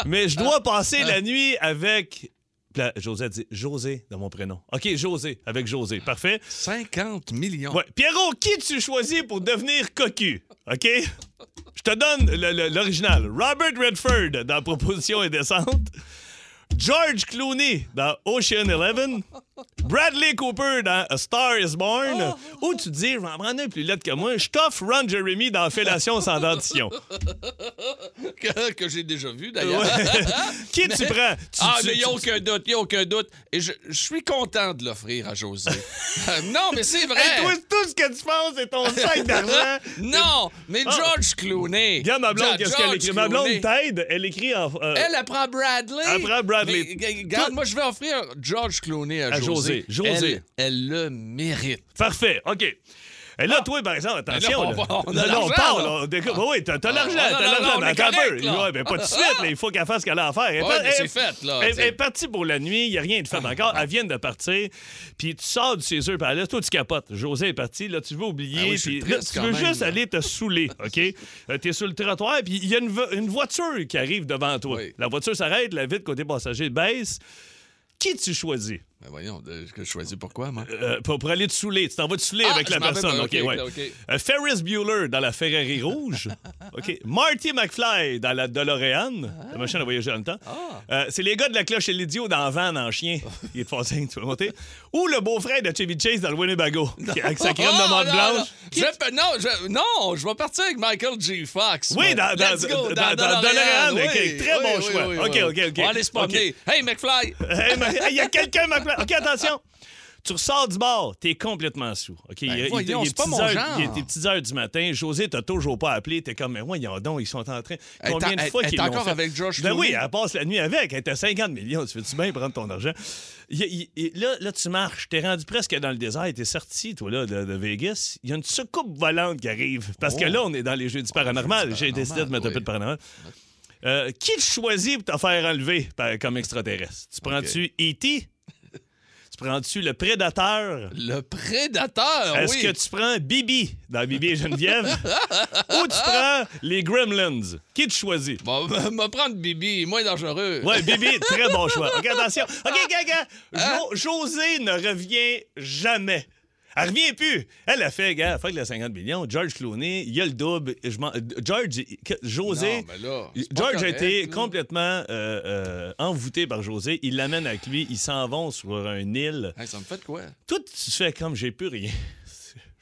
Speaker 3: mais je dois passer la nuit avec. Puis Là, José dit José dans mon prénom. OK, José, avec José. Parfait.
Speaker 2: 50 millions.
Speaker 3: Ouais. Pierrot, qui tu choisis pour devenir cocu? OK? Je te donne le- le- l'original. Robert Redford dans Proposition indécente. George Clooney dans Ocean Eleven. Bradley Cooper dans A Star is Born. Ou tu dis, je vais en prendre un plus lettre que moi. Je t'offre Ron Jeremy dans Fellation sans dentition.
Speaker 2: <laughs> Que, que j'ai déjà vu, d'ailleurs.
Speaker 3: <laughs> Qui tu prends? Tu-
Speaker 2: Ah,
Speaker 3: tu-
Speaker 2: mais il n'y a
Speaker 3: tu-
Speaker 2: aucun doute, il n'y a aucun doute. Et je, je suis content de l'offrir à
Speaker 3: <laughs>
Speaker 2: José. Euh, non, mais c'est vrai.
Speaker 3: Hey, toi, tout ce que tu penses, c'est
Speaker 2: <laughs>
Speaker 3: ton sac d'argent.
Speaker 2: non, mais
Speaker 3: Ah.
Speaker 2: George Clooney.
Speaker 3: Regarde ma blonde,
Speaker 2: Ja-
Speaker 3: qu'est-ce qu'elle
Speaker 2: George
Speaker 3: écrit? Ma blonde
Speaker 2: Clooney.
Speaker 3: t'aide. Elle écrit en. euh,
Speaker 2: Elle apprend Bradley.
Speaker 3: Elle prend Bradley.
Speaker 2: Mais, g- regarde, moi, je vais offrir George Clooney à,
Speaker 3: À José. José.
Speaker 2: Elle, elle le mérite. Ah.
Speaker 3: Parfait, OK. Et là, toi, par exemple, attention.
Speaker 2: Mais là, on-
Speaker 3: là.
Speaker 2: on a
Speaker 3: Là,
Speaker 2: l'argent,
Speaker 3: parle.
Speaker 2: là.
Speaker 3: on déco- Ben oui, t'as t'as
Speaker 2: Ah,
Speaker 3: l'argent,
Speaker 2: on a
Speaker 3: t'as
Speaker 2: l'argent,
Speaker 3: l'argent.
Speaker 2: on
Speaker 3: mais
Speaker 2: est
Speaker 3: attends un peu.
Speaker 2: correct, là. Ah.
Speaker 3: Ouais, ben, pas tout de suite, là, il faut qu'elle fasse ce qu'elle a à faire. Elle est
Speaker 2: Ouais,
Speaker 3: pas-
Speaker 2: mais
Speaker 3: elle-
Speaker 2: c'est fait, là,
Speaker 3: Elle,
Speaker 2: t'sais.
Speaker 3: elle est partie pour la nuit, il n'y a rien de fait encore. Elle vient de partir. Puis tu sors du césure par là, toi, tu capotes. José est parti, là, tu veux oublier.
Speaker 2: Ah oui, je suis
Speaker 3: puis
Speaker 2: triste
Speaker 3: là, tu
Speaker 2: quand
Speaker 3: veux
Speaker 2: même,
Speaker 3: juste
Speaker 2: là.
Speaker 3: aller te saouler,
Speaker 2: <laughs>
Speaker 3: OK? Euh, T'es sur le trottoir, puis il y a une, vo- une voiture qui arrive devant toi.
Speaker 2: Oui.
Speaker 3: La voiture s'arrête, la vitre côté passager baisse. Qui tu choisis?
Speaker 2: Ben voyons, de- que je choisis pourquoi, moi?
Speaker 3: Euh, pour, pour aller te saouler. Tu t'en vas te saouler
Speaker 2: Ah,
Speaker 3: avec
Speaker 2: je
Speaker 3: la
Speaker 2: m'en vais,
Speaker 3: personne.
Speaker 2: ben,
Speaker 3: OK,
Speaker 2: ok,
Speaker 3: ouais.
Speaker 2: ok.
Speaker 3: Euh, Ferris Bueller dans la Ferrari
Speaker 2: <laughs>
Speaker 3: rouge. OK. Marty McFly dans la DeLorean.
Speaker 2: Ah.
Speaker 3: La machine à voyager dans le temps. Euh, c'est les gars de la cloche et l'idiot dans Van en chien. Il est passé, tu peux monter. Ou le beau-frère de Chevy Chase dans le
Speaker 2: <laughs>
Speaker 3: Winnebago. qui- Avec sa crème de
Speaker 2: Oh,
Speaker 3: menthe
Speaker 2: non,
Speaker 3: blanche.
Speaker 2: non. Je peux- non, je, non, je vais partir avec Michael G. Fox.
Speaker 3: Oui,
Speaker 2: moi.
Speaker 3: dans- dans-
Speaker 2: Let's go,
Speaker 3: dans- dans- dans
Speaker 2: DeLorean,
Speaker 3: DeLorean, ok,
Speaker 2: oui.
Speaker 3: très
Speaker 2: Oui,
Speaker 3: bon
Speaker 2: oui,
Speaker 3: choix.
Speaker 2: oui,
Speaker 3: Ok,
Speaker 2: oui.
Speaker 3: ok, ok.
Speaker 2: On va aller se promener. Hey, McFly!
Speaker 3: <laughs> Hey, ma- hey, Il y
Speaker 2: <laughs>
Speaker 3: a quelqu'un McFly. OK, attention. Tu ressors du bar, t'es complètement sous. OK, il, il-
Speaker 2: Ben, voyons,
Speaker 3: il est
Speaker 2: c'est pas
Speaker 3: petites
Speaker 2: mon
Speaker 3: heures-
Speaker 2: genre.
Speaker 3: il est des petites heures du matin. José t'a toujours pas appelé. T'es comme, mais voyons donc, ils sont en train.
Speaker 2: Elle
Speaker 3: Combien
Speaker 2: est-
Speaker 3: de
Speaker 2: elle-
Speaker 3: fois
Speaker 2: elle
Speaker 3: qu'ils
Speaker 2: est
Speaker 3: l'ont
Speaker 2: encore
Speaker 3: fait?
Speaker 2: avec George
Speaker 3: Ben oui,
Speaker 2: Clooney.
Speaker 3: elle passe la nuit avec. Elle était 50 millions. Tu veux-tu bien prendre ton argent? Il y a- il- il- là, là, tu marches. T'es rendu presque dans le désert. T'es sorti, toi, là, de, de Vegas. Il y a une soucoupe volante qui arrive. Parce
Speaker 2: Oh.
Speaker 3: que là, on est dans les jeux du paranormal. J'ai décidé de mettre un peu de paranormal. Euh, qui tu choisis pour te faire enlever par- comme extraterrestre? Tu prends-tu E.T.? E Tu prends-tu le prédateur?
Speaker 2: Le prédateur,
Speaker 3: Est-ce
Speaker 2: oui.
Speaker 3: que tu prends Bibi dans Bibi et Geneviève? ou tu prends les Gremlins? Qui tu choisis?
Speaker 2: Bon, me prendre Bibi, moins dangereux.
Speaker 3: Ouais, Bibi, très bon choix. OK, attention. OK,
Speaker 2: Ah.
Speaker 3: gaga. Jo- José ne revient jamais. Elle revient plus. Elle a fait, gars, fuck les 50 millions. George Clooney, il y a le double. Je m'en- George, que- José.
Speaker 2: Non, mais là,
Speaker 3: George
Speaker 2: c'est pas
Speaker 3: a
Speaker 2: correct,
Speaker 3: été
Speaker 2: là.
Speaker 3: complètement euh, euh, envoûté par José. Il l'amène avec lui. Ils s'en vont sur un île.
Speaker 2: Hey, ça me fait de quoi?
Speaker 3: Tout tu fais comme j'ai plus rien. <laughs>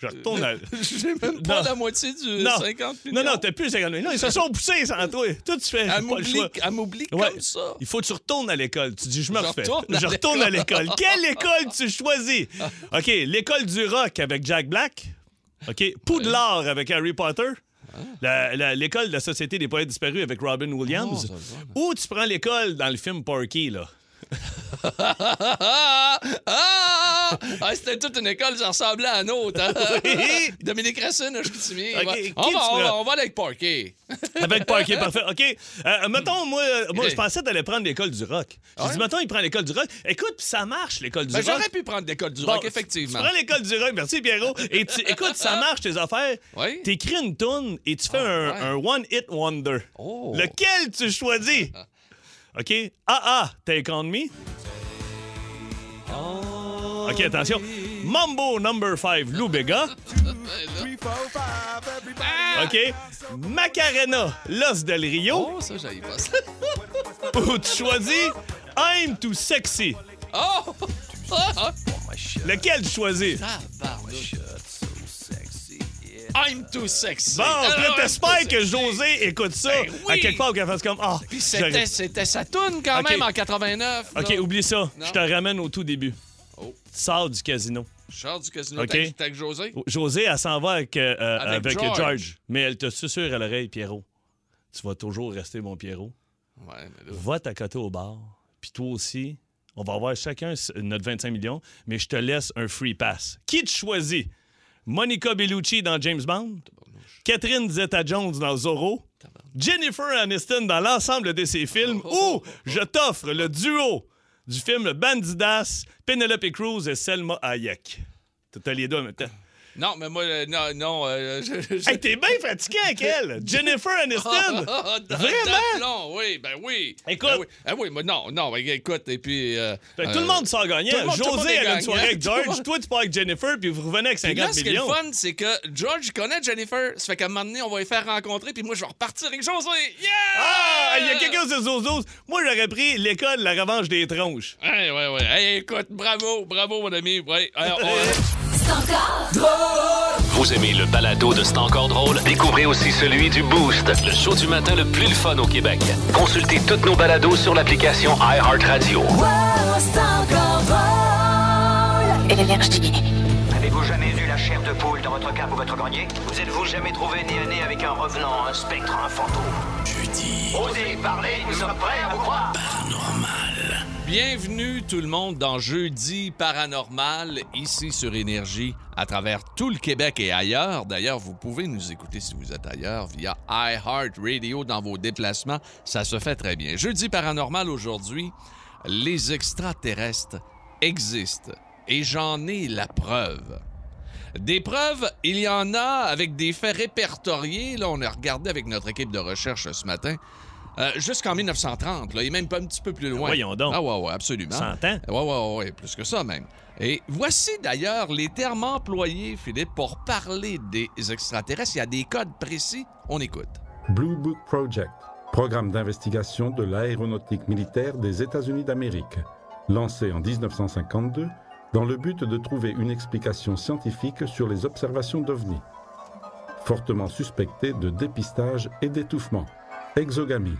Speaker 3: Je retourne à.
Speaker 2: <laughs> J'ai même pas
Speaker 3: Non.
Speaker 2: la moitié du 50 millions.
Speaker 3: non, non, t'as plus 50 millions. Non, ils se sont poussés sans toi. Tout tu fais. j'ai pas
Speaker 2: Elle
Speaker 3: le
Speaker 2: m'oublie
Speaker 3: choix.
Speaker 2: elle m'oublie
Speaker 3: Ouais.
Speaker 2: comme ça.
Speaker 3: Il faut que tu retournes à l'école. Tu dis, je me
Speaker 2: Je
Speaker 3: refais.
Speaker 2: retourne à
Speaker 3: je retourne à l'école. Quelle école tu
Speaker 2: <laughs>
Speaker 3: choisis? OK, l'école du rock avec Jack Black. OK, Poudlard avec Harry Potter.
Speaker 2: Ah.
Speaker 3: La- la- L'école de la Société des poètes disparus avec Robin
Speaker 2: Oh,
Speaker 3: Williams.
Speaker 2: ça
Speaker 3: Ou tu prends l'école dans le film Porky, là.
Speaker 2: Ah, <laughs> ah, ah, c'était toute une école, ça ressemblait à une autre. hein.
Speaker 3: <laughs> Oui.
Speaker 2: Dominique Racine, je suis
Speaker 3: Ok, qui
Speaker 2: on,
Speaker 3: tu
Speaker 2: va, on, va,
Speaker 3: prends?
Speaker 2: on va aller avec Parquet. <laughs>
Speaker 3: Avec Parker, parfait. OK. Euh, mettons, moi, euh, moi
Speaker 2: Il est-
Speaker 3: je pensais que t'allais prendre l'école du rock. J'ai
Speaker 2: Ouais.
Speaker 3: dit, mettons, il prend l'école du rock. Écoute, puis ça marche, l'école du
Speaker 2: Ben,
Speaker 3: rock.
Speaker 2: J'aurais pu prendre l'école du
Speaker 3: Bon,
Speaker 2: rock, effectivement.
Speaker 3: Tu prends l'école du rock, merci
Speaker 2: <laughs>
Speaker 3: Pierrot. Et tu, écoute, ça marche tes affaires.
Speaker 2: Oui. Ah,
Speaker 3: T'écris une tune et tu fais un,
Speaker 2: ouais.
Speaker 3: un one hit wonder.
Speaker 2: Oh.
Speaker 3: Lequel tu choisis? OK. Ah ah, take on me. OK, attention. Mambo number 5, Lou
Speaker 2: <laughs>
Speaker 3: Bega.
Speaker 2: Ah!
Speaker 3: OK. Macarena, Los del Rio.
Speaker 2: Oh, ça, j'aille pas. ça.
Speaker 3: <laughs> Ou tu choisis I'm too sexy.
Speaker 2: Oh! <laughs> Ah, ah.
Speaker 3: Lequel tu choisis?
Speaker 2: Tabarnouche. I'm too sexy.
Speaker 3: Bon,
Speaker 2: Alors,
Speaker 3: puis là,
Speaker 2: I'm
Speaker 3: t'espères
Speaker 2: too
Speaker 3: que
Speaker 2: sexy.
Speaker 3: José écoute ça
Speaker 2: Ben oui.
Speaker 3: à quelque part qu'elle fasse comme Ah,
Speaker 2: Puis
Speaker 3: j'aurais-
Speaker 2: c'était, c'était sa toune quand
Speaker 3: Ok.
Speaker 2: même en 89.
Speaker 3: OK,
Speaker 2: là.
Speaker 3: oublie ça.
Speaker 2: Non.
Speaker 3: Je te ramène au tout début.
Speaker 2: Oh.
Speaker 3: Sors du casino.
Speaker 2: Je sors du casino.
Speaker 3: Ok.
Speaker 2: T'es t'es avec José?
Speaker 3: José, elle s'en va avec, euh, euh,
Speaker 2: Avec
Speaker 3: avec,
Speaker 2: George.
Speaker 3: George. mais elle te susurre à l'oreille, Pierrot. Tu vas toujours rester mon Pierrot.
Speaker 2: Ouais, mais là.
Speaker 3: Va t'accoter au bar, puis toi aussi, on va avoir chacun s- notre 25 millions, mais je te laisse un free pass. Qui tu choisis? Monica Bellucci dans James Bond? Catherine Zeta-Jones dans Zorro? Jennifer Aniston dans l'ensemble de ses
Speaker 2: Oh,
Speaker 3: films? Ou je t'offre le duo du film Bandidas, Penelope Cruz et Selma Hayek? T'as les deux en même temps.
Speaker 2: Non, mais moi, euh, non, non. euh, je- je-
Speaker 3: Hey, t'es bien
Speaker 2: <laughs>
Speaker 3: fatigué avec elle! Jennifer Aniston!
Speaker 2: Ah, ah,
Speaker 3: Vraiment?
Speaker 2: d'aplomb, oui, ben oui.
Speaker 3: Écoute.
Speaker 2: Ben oui, ben oui, mais non, non, mais écoute, et puis. euh,
Speaker 3: Fait que
Speaker 2: euh,
Speaker 3: tout le monde sort gagnant.
Speaker 2: tout le monde- tout le monde
Speaker 3: José,
Speaker 2: est
Speaker 3: elle a une soirée avec
Speaker 2: gagnant. <laughs> Tout le
Speaker 3: George.
Speaker 2: monde-
Speaker 3: Toi, tu pars avec Jennifer, puis vous revenez avec
Speaker 2: Puis
Speaker 3: 50
Speaker 2: là, ce qui est le
Speaker 3: millions.
Speaker 2: fun, c'est que George il connaît Jennifer. Ça fait qu'à un moment donné, on va les faire rencontrer, puis moi, je vais repartir avec José. Yeah!
Speaker 3: Ah! Il y a quelqu'un sur Zozos. Moi, j'aurais pris l'école, la revanche des tronches.
Speaker 2: Ouais, ouais, ouais. Hey, écoute, bravo, bravo, mon ami. Ouais, alors, on-
Speaker 1: Vous aimez le balado de C'est encore drôle? Découvrez aussi celui du Boost, le show du matin le plus le fun au Québec. Consultez toutes nos balados sur l'application iHeartRadio.
Speaker 6: Avez-vous jamais vu la chair de poule dans votre cave ou votre grenier Vous êtes-vous jamais trouvé nez à nez avec un revenant, un spectre, un fantôme Jeudi. Osez parler, nous sommes prêts à vous croire.
Speaker 2: Bienvenue tout le monde dans Jeudi Paranormal, ici sur Énergie, à travers tout le Québec et ailleurs. D'ailleurs, vous pouvez nous écouter si vous êtes ailleurs via iHeartRadio dans vos déplacements. Ça se fait très bien. Jeudi Paranormal aujourd'hui, les extraterrestres existent et j'en ai la preuve. Des preuves, il y en a avec des faits répertoriés. Là, on a regardé avec notre équipe de recherche ce matin. Euh, Jusqu'en 1930, là, et même pas un petit peu plus loin.
Speaker 3: Voyons donc.
Speaker 2: Ah ouais, ouais, absolument.
Speaker 3: 100 ans.
Speaker 2: Ouais, ouais, ouais, plus que ça même. Et voici d'ailleurs les termes employés, Philippe, pour parler des extraterrestres. Il y a des codes précis. On écoute.
Speaker 7: Blue Book Project, programme d'investigation de l'aéronautique militaire des États-Unis d'Amérique, lancé en 1952 dans le but de trouver une explication scientifique sur les observations d'OVNI. Fortement suspecté de dépistage et d'étouffement, exogamie,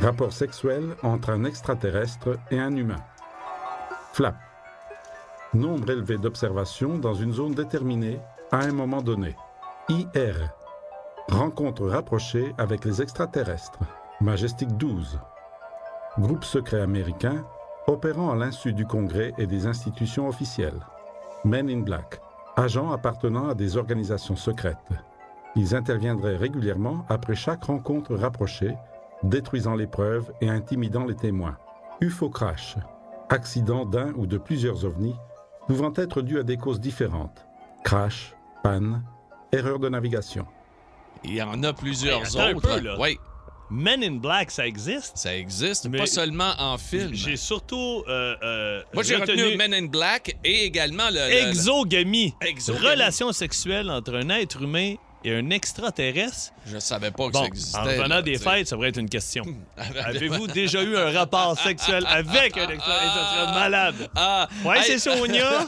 Speaker 7: rapport sexuel entre un extraterrestre et un humain, flap, nombre élevé d'observations dans une zone déterminée à un moment donné, IR, Rencontre rapprochée avec les extraterrestres. Majestic 12. Groupe secret américain opérant à l'insu du Congrès et des institutions officielles. Men in Black. Agents appartenant à des organisations secrètes. Ils interviendraient régulièrement après chaque rencontre rapprochée, détruisant les preuves et intimidant les témoins. UFO Crash. accident d'un ou de plusieurs ovnis pouvant être dû à des causes différentes, crash, panne, erreur de navigation.
Speaker 2: Il y en a plusieurs
Speaker 3: Hey, attends un
Speaker 2: autres.
Speaker 3: peu, là.
Speaker 2: Oui,
Speaker 3: Men in Black, ça existe?
Speaker 2: ça existe,
Speaker 3: Mais-
Speaker 2: pas seulement en film.
Speaker 3: J'ai surtout. euh, euh,
Speaker 2: Moi, j'ai retenu, Men in Black et également le. le-
Speaker 3: Exogamie.
Speaker 2: Exogamie.
Speaker 3: Relation sexuelle entre un être humain et un extraterrestre.
Speaker 2: le- Je savais pas que
Speaker 3: Bon,
Speaker 2: ça existait.
Speaker 3: en revenant
Speaker 2: là,
Speaker 3: des
Speaker 2: tu sais. Hmm.
Speaker 3: fêtes, ça pourrait être une question.
Speaker 2: <laughs>
Speaker 3: Avez-vous déjà eu un rapport sexuel avec un extraterrestre malade?
Speaker 2: Ah,
Speaker 3: Ouais,
Speaker 2: hey, <laughs>
Speaker 3: c'est Sonia.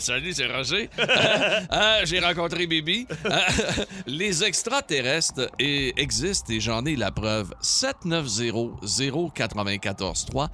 Speaker 2: Salut, c'est Roger. <laughs> Ah, j'ai rencontré Bibi. Ah, <laughs> les extraterrestres eh, existent et j'en ai la preuve. 790-094-3,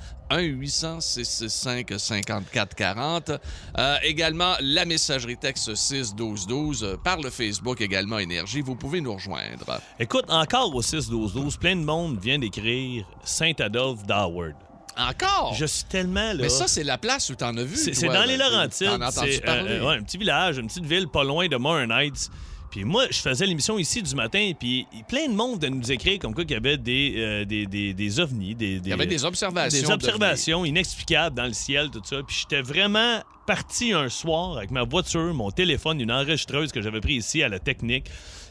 Speaker 2: 1-800-665-5440. Euh, également, la messagerie texte 61212 euh, par le Facebook également Énergie. Vous pouvez nous rejoindre.
Speaker 3: Écoute, encore au 6-12-12, plein de monde vient d'écrire Saint-Adolphe d'Howard.
Speaker 2: Encore?
Speaker 3: Je suis tellement là.
Speaker 2: Mais ça, c'est la place où t'en as vu.
Speaker 3: C'est c'est
Speaker 2: toi,
Speaker 3: dans
Speaker 2: là.
Speaker 3: les Laurentides.
Speaker 2: T'en as entendu
Speaker 3: C'est euh,
Speaker 2: parler.
Speaker 3: euh, ouais, un petit village, une petite ville pas loin de Morin Heights. Puis moi, je faisais l'émission ici du matin, puis plein de monde de nous écrire comme quoi qu'il y avait des, euh, des, des, des ovnis, des,
Speaker 2: Il y avait des observations.
Speaker 3: des
Speaker 2: de-
Speaker 3: observations inexplicables dans le ciel, tout ça. Puis j'étais vraiment parti un soir avec ma voiture, mon téléphone, une enregistreuse que j'avais prise ici à la technique.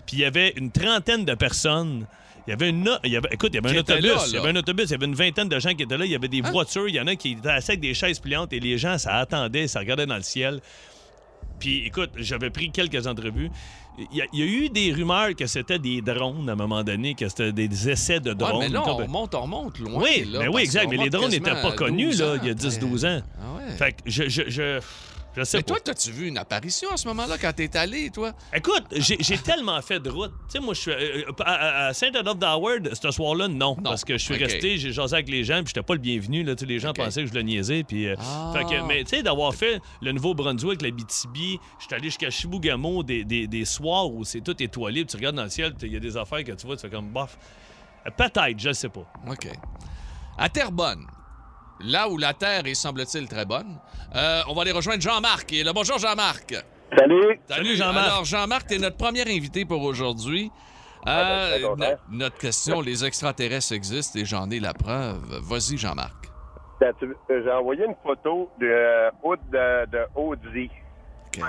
Speaker 3: Puis il y avait une trentaine de personnes. Il y avait une. o- il y avait- écoute, il y avait
Speaker 2: Qui
Speaker 3: un
Speaker 2: étaient
Speaker 3: autobus.
Speaker 2: là, là. Hein?
Speaker 3: Il y avait un autobus, il y avait une vingtaine de gens qui étaient là. Il y avait des voitures, il y en a qui étaient assis avec des chaises pliantes et les gens, ça attendait, ça regardait dans le ciel. Puis écoute, j'avais pris quelques entrevues. Il y, a, il y a eu des rumeurs que c'était des drones à un moment donné, que c'était des essais de
Speaker 2: Ouais,
Speaker 3: drones.
Speaker 2: mais là, on
Speaker 3: Top-
Speaker 2: remonte, on remonte loin.
Speaker 3: oui,
Speaker 2: là,
Speaker 3: mais oui,
Speaker 2: parce
Speaker 3: exact.
Speaker 2: qu'on
Speaker 3: Mais les drones
Speaker 2: remonte
Speaker 3: n'étaient pas
Speaker 2: quasiment à
Speaker 3: connus,
Speaker 2: 12
Speaker 3: là,
Speaker 2: ans,
Speaker 3: il y a 10-12 ans.
Speaker 2: Ah ouais.
Speaker 3: Fait que je, je, je, je sais
Speaker 2: mais
Speaker 3: pas.
Speaker 2: toi, t'as-tu vu une apparition en ce moment-là quand t'es allé, toi?
Speaker 3: Écoute, j'ai j'ai tellement fait de route. Tu sais, moi, je suis euh, euh, à, à- à Saint-Adolphe d'Howard, ce soir-là, non, Parce que je suis
Speaker 2: ok.
Speaker 3: resté, j'ai jasé avec les gens, puis j'étais pas le bienvenu. Là, Tu sais, les gens pensaient que je le niaisais. Puis, euh,
Speaker 2: Ah.
Speaker 3: fait que, mais tu sais, d'avoir fait le Nouveau-Brunswick, la BTB, j'étais allé jusqu'à Chibougamau des, des, des soirs où c'est tout étoilé, puis tu regardes dans le ciel, il y a des affaires que tu vois, tu fais comme bof. Euh, Peut-être, je sais pas.
Speaker 2: OK. À Terrebonne, là où la terre est, semble-t-il, très bonne, euh, on va aller rejoindre Jean-Marc. qui est là. bonjour, Jean-Marc.
Speaker 8: Salut!
Speaker 3: Salut, Jean-Marc.
Speaker 2: Alors, Jean-Marc, t'es notre premier invité pour aujourd'hui.
Speaker 8: Ah, ben, je suis
Speaker 2: Euh,
Speaker 8: content.
Speaker 2: no- notre question, les extraterrestres existent et j'en ai la preuve. Vas-y, Jean-Marc.
Speaker 8: Ben, tu- euh, J'ai envoyé une photo de euh, hood de, de Audi.
Speaker 2: OK.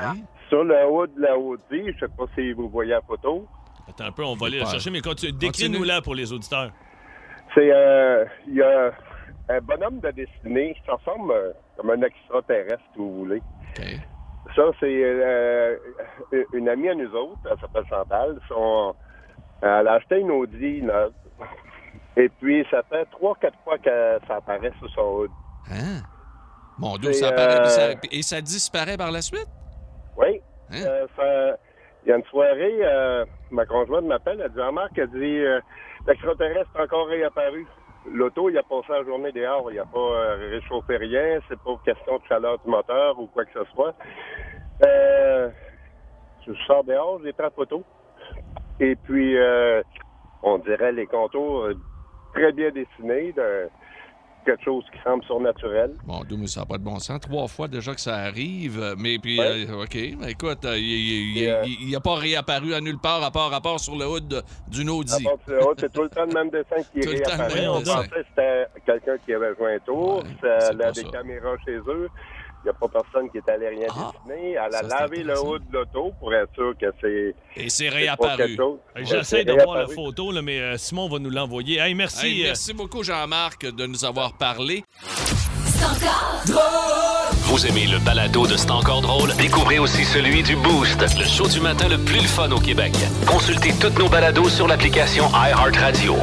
Speaker 8: Sur le hood de la Audi, je sais pas si vous voyez la photo,
Speaker 3: Attends un peu, on va aller la
Speaker 2: peur.
Speaker 3: chercher, mais continue- décris-nous-la pour les auditeurs.
Speaker 8: c'est euh, il y a un bonhomme de destinée qui ressemble euh, comme un extraterrestre, si vous voulez.
Speaker 2: OK.
Speaker 8: Ça, c'est euh, une amie à nous autres, elle s'appelle Chantal. Son- elle a acheté une Audi neuve. Et puis, ça fait trois, quatre fois que ça apparaît sur son hood.
Speaker 2: Hein? Mon Dieu,
Speaker 8: C'est,
Speaker 2: ça apparaît puis ça-
Speaker 8: euh,
Speaker 2: et ça disparaît par la suite?
Speaker 8: Oui.
Speaker 2: Hein?
Speaker 8: Euh, ça- il y a une soirée, euh, ma conjointe m'appelle, elle dit Jean-Marc, elle dit euh, l'extraterrestre est encore réapparu. L'auto, il a passé la journée dehors, il n'a pas euh, réchauffé rien, c'est pas question de chaleur du moteur ou quoi que ce soit. Euh, je sors dehors, j'ai pris la photo. Et puis, euh, on dirait les contours euh, très bien dessinés, d'un- quelque chose qui semble surnaturel.
Speaker 2: Bon, Dieu, mais ça n'a pas de bon sens. Trois fois déjà que ça arrive. euh, Mais puis,
Speaker 8: Ouais.
Speaker 2: euh, OK. mais écoute, euh, il- il
Speaker 8: Et, euh,
Speaker 2: n'a pas réapparu à nulle part, à part, à part sur le hood de- d'une
Speaker 8: Ah
Speaker 2: Audi.
Speaker 8: bon, c'est oh, c'est tout le temps le même dessin qui
Speaker 2: Tout le temps le
Speaker 8: réapparaît.
Speaker 2: même
Speaker 8: On
Speaker 2: dessin.
Speaker 8: pensait que c'était quelqu'un qui avait joué un tour.
Speaker 2: Ouais,
Speaker 8: ça,
Speaker 2: c'est
Speaker 8: elle a
Speaker 2: pas
Speaker 8: des
Speaker 2: ça.
Speaker 8: caméras chez eux. Il n'y a pas personne qui est allé rien
Speaker 2: Ah,
Speaker 8: dessiner. Elle a
Speaker 2: ça, c'est
Speaker 8: lavé le
Speaker 2: intéressant.
Speaker 8: haut de l'auto pour être sûr que c'est
Speaker 2: Et c'est
Speaker 8: c'est pas
Speaker 2: réapparu.
Speaker 8: quelque chose.
Speaker 3: Hey,
Speaker 8: Ouais,
Speaker 3: J'essaie
Speaker 8: c'est
Speaker 3: de voir la
Speaker 8: réapparu.
Speaker 3: photo, là, mais euh, Simon va nous l'envoyer. Hey, merci.
Speaker 2: Hey,
Speaker 3: euh,
Speaker 2: merci beaucoup, Jean-Marc, de nous avoir parlé.
Speaker 1: Vous aimez le balado de C'est encore drôle? Découvrez aussi celui du Boost, le show du matin le plus le fun au Québec. Consultez toutes nos balados sur l'application iHeartRadio.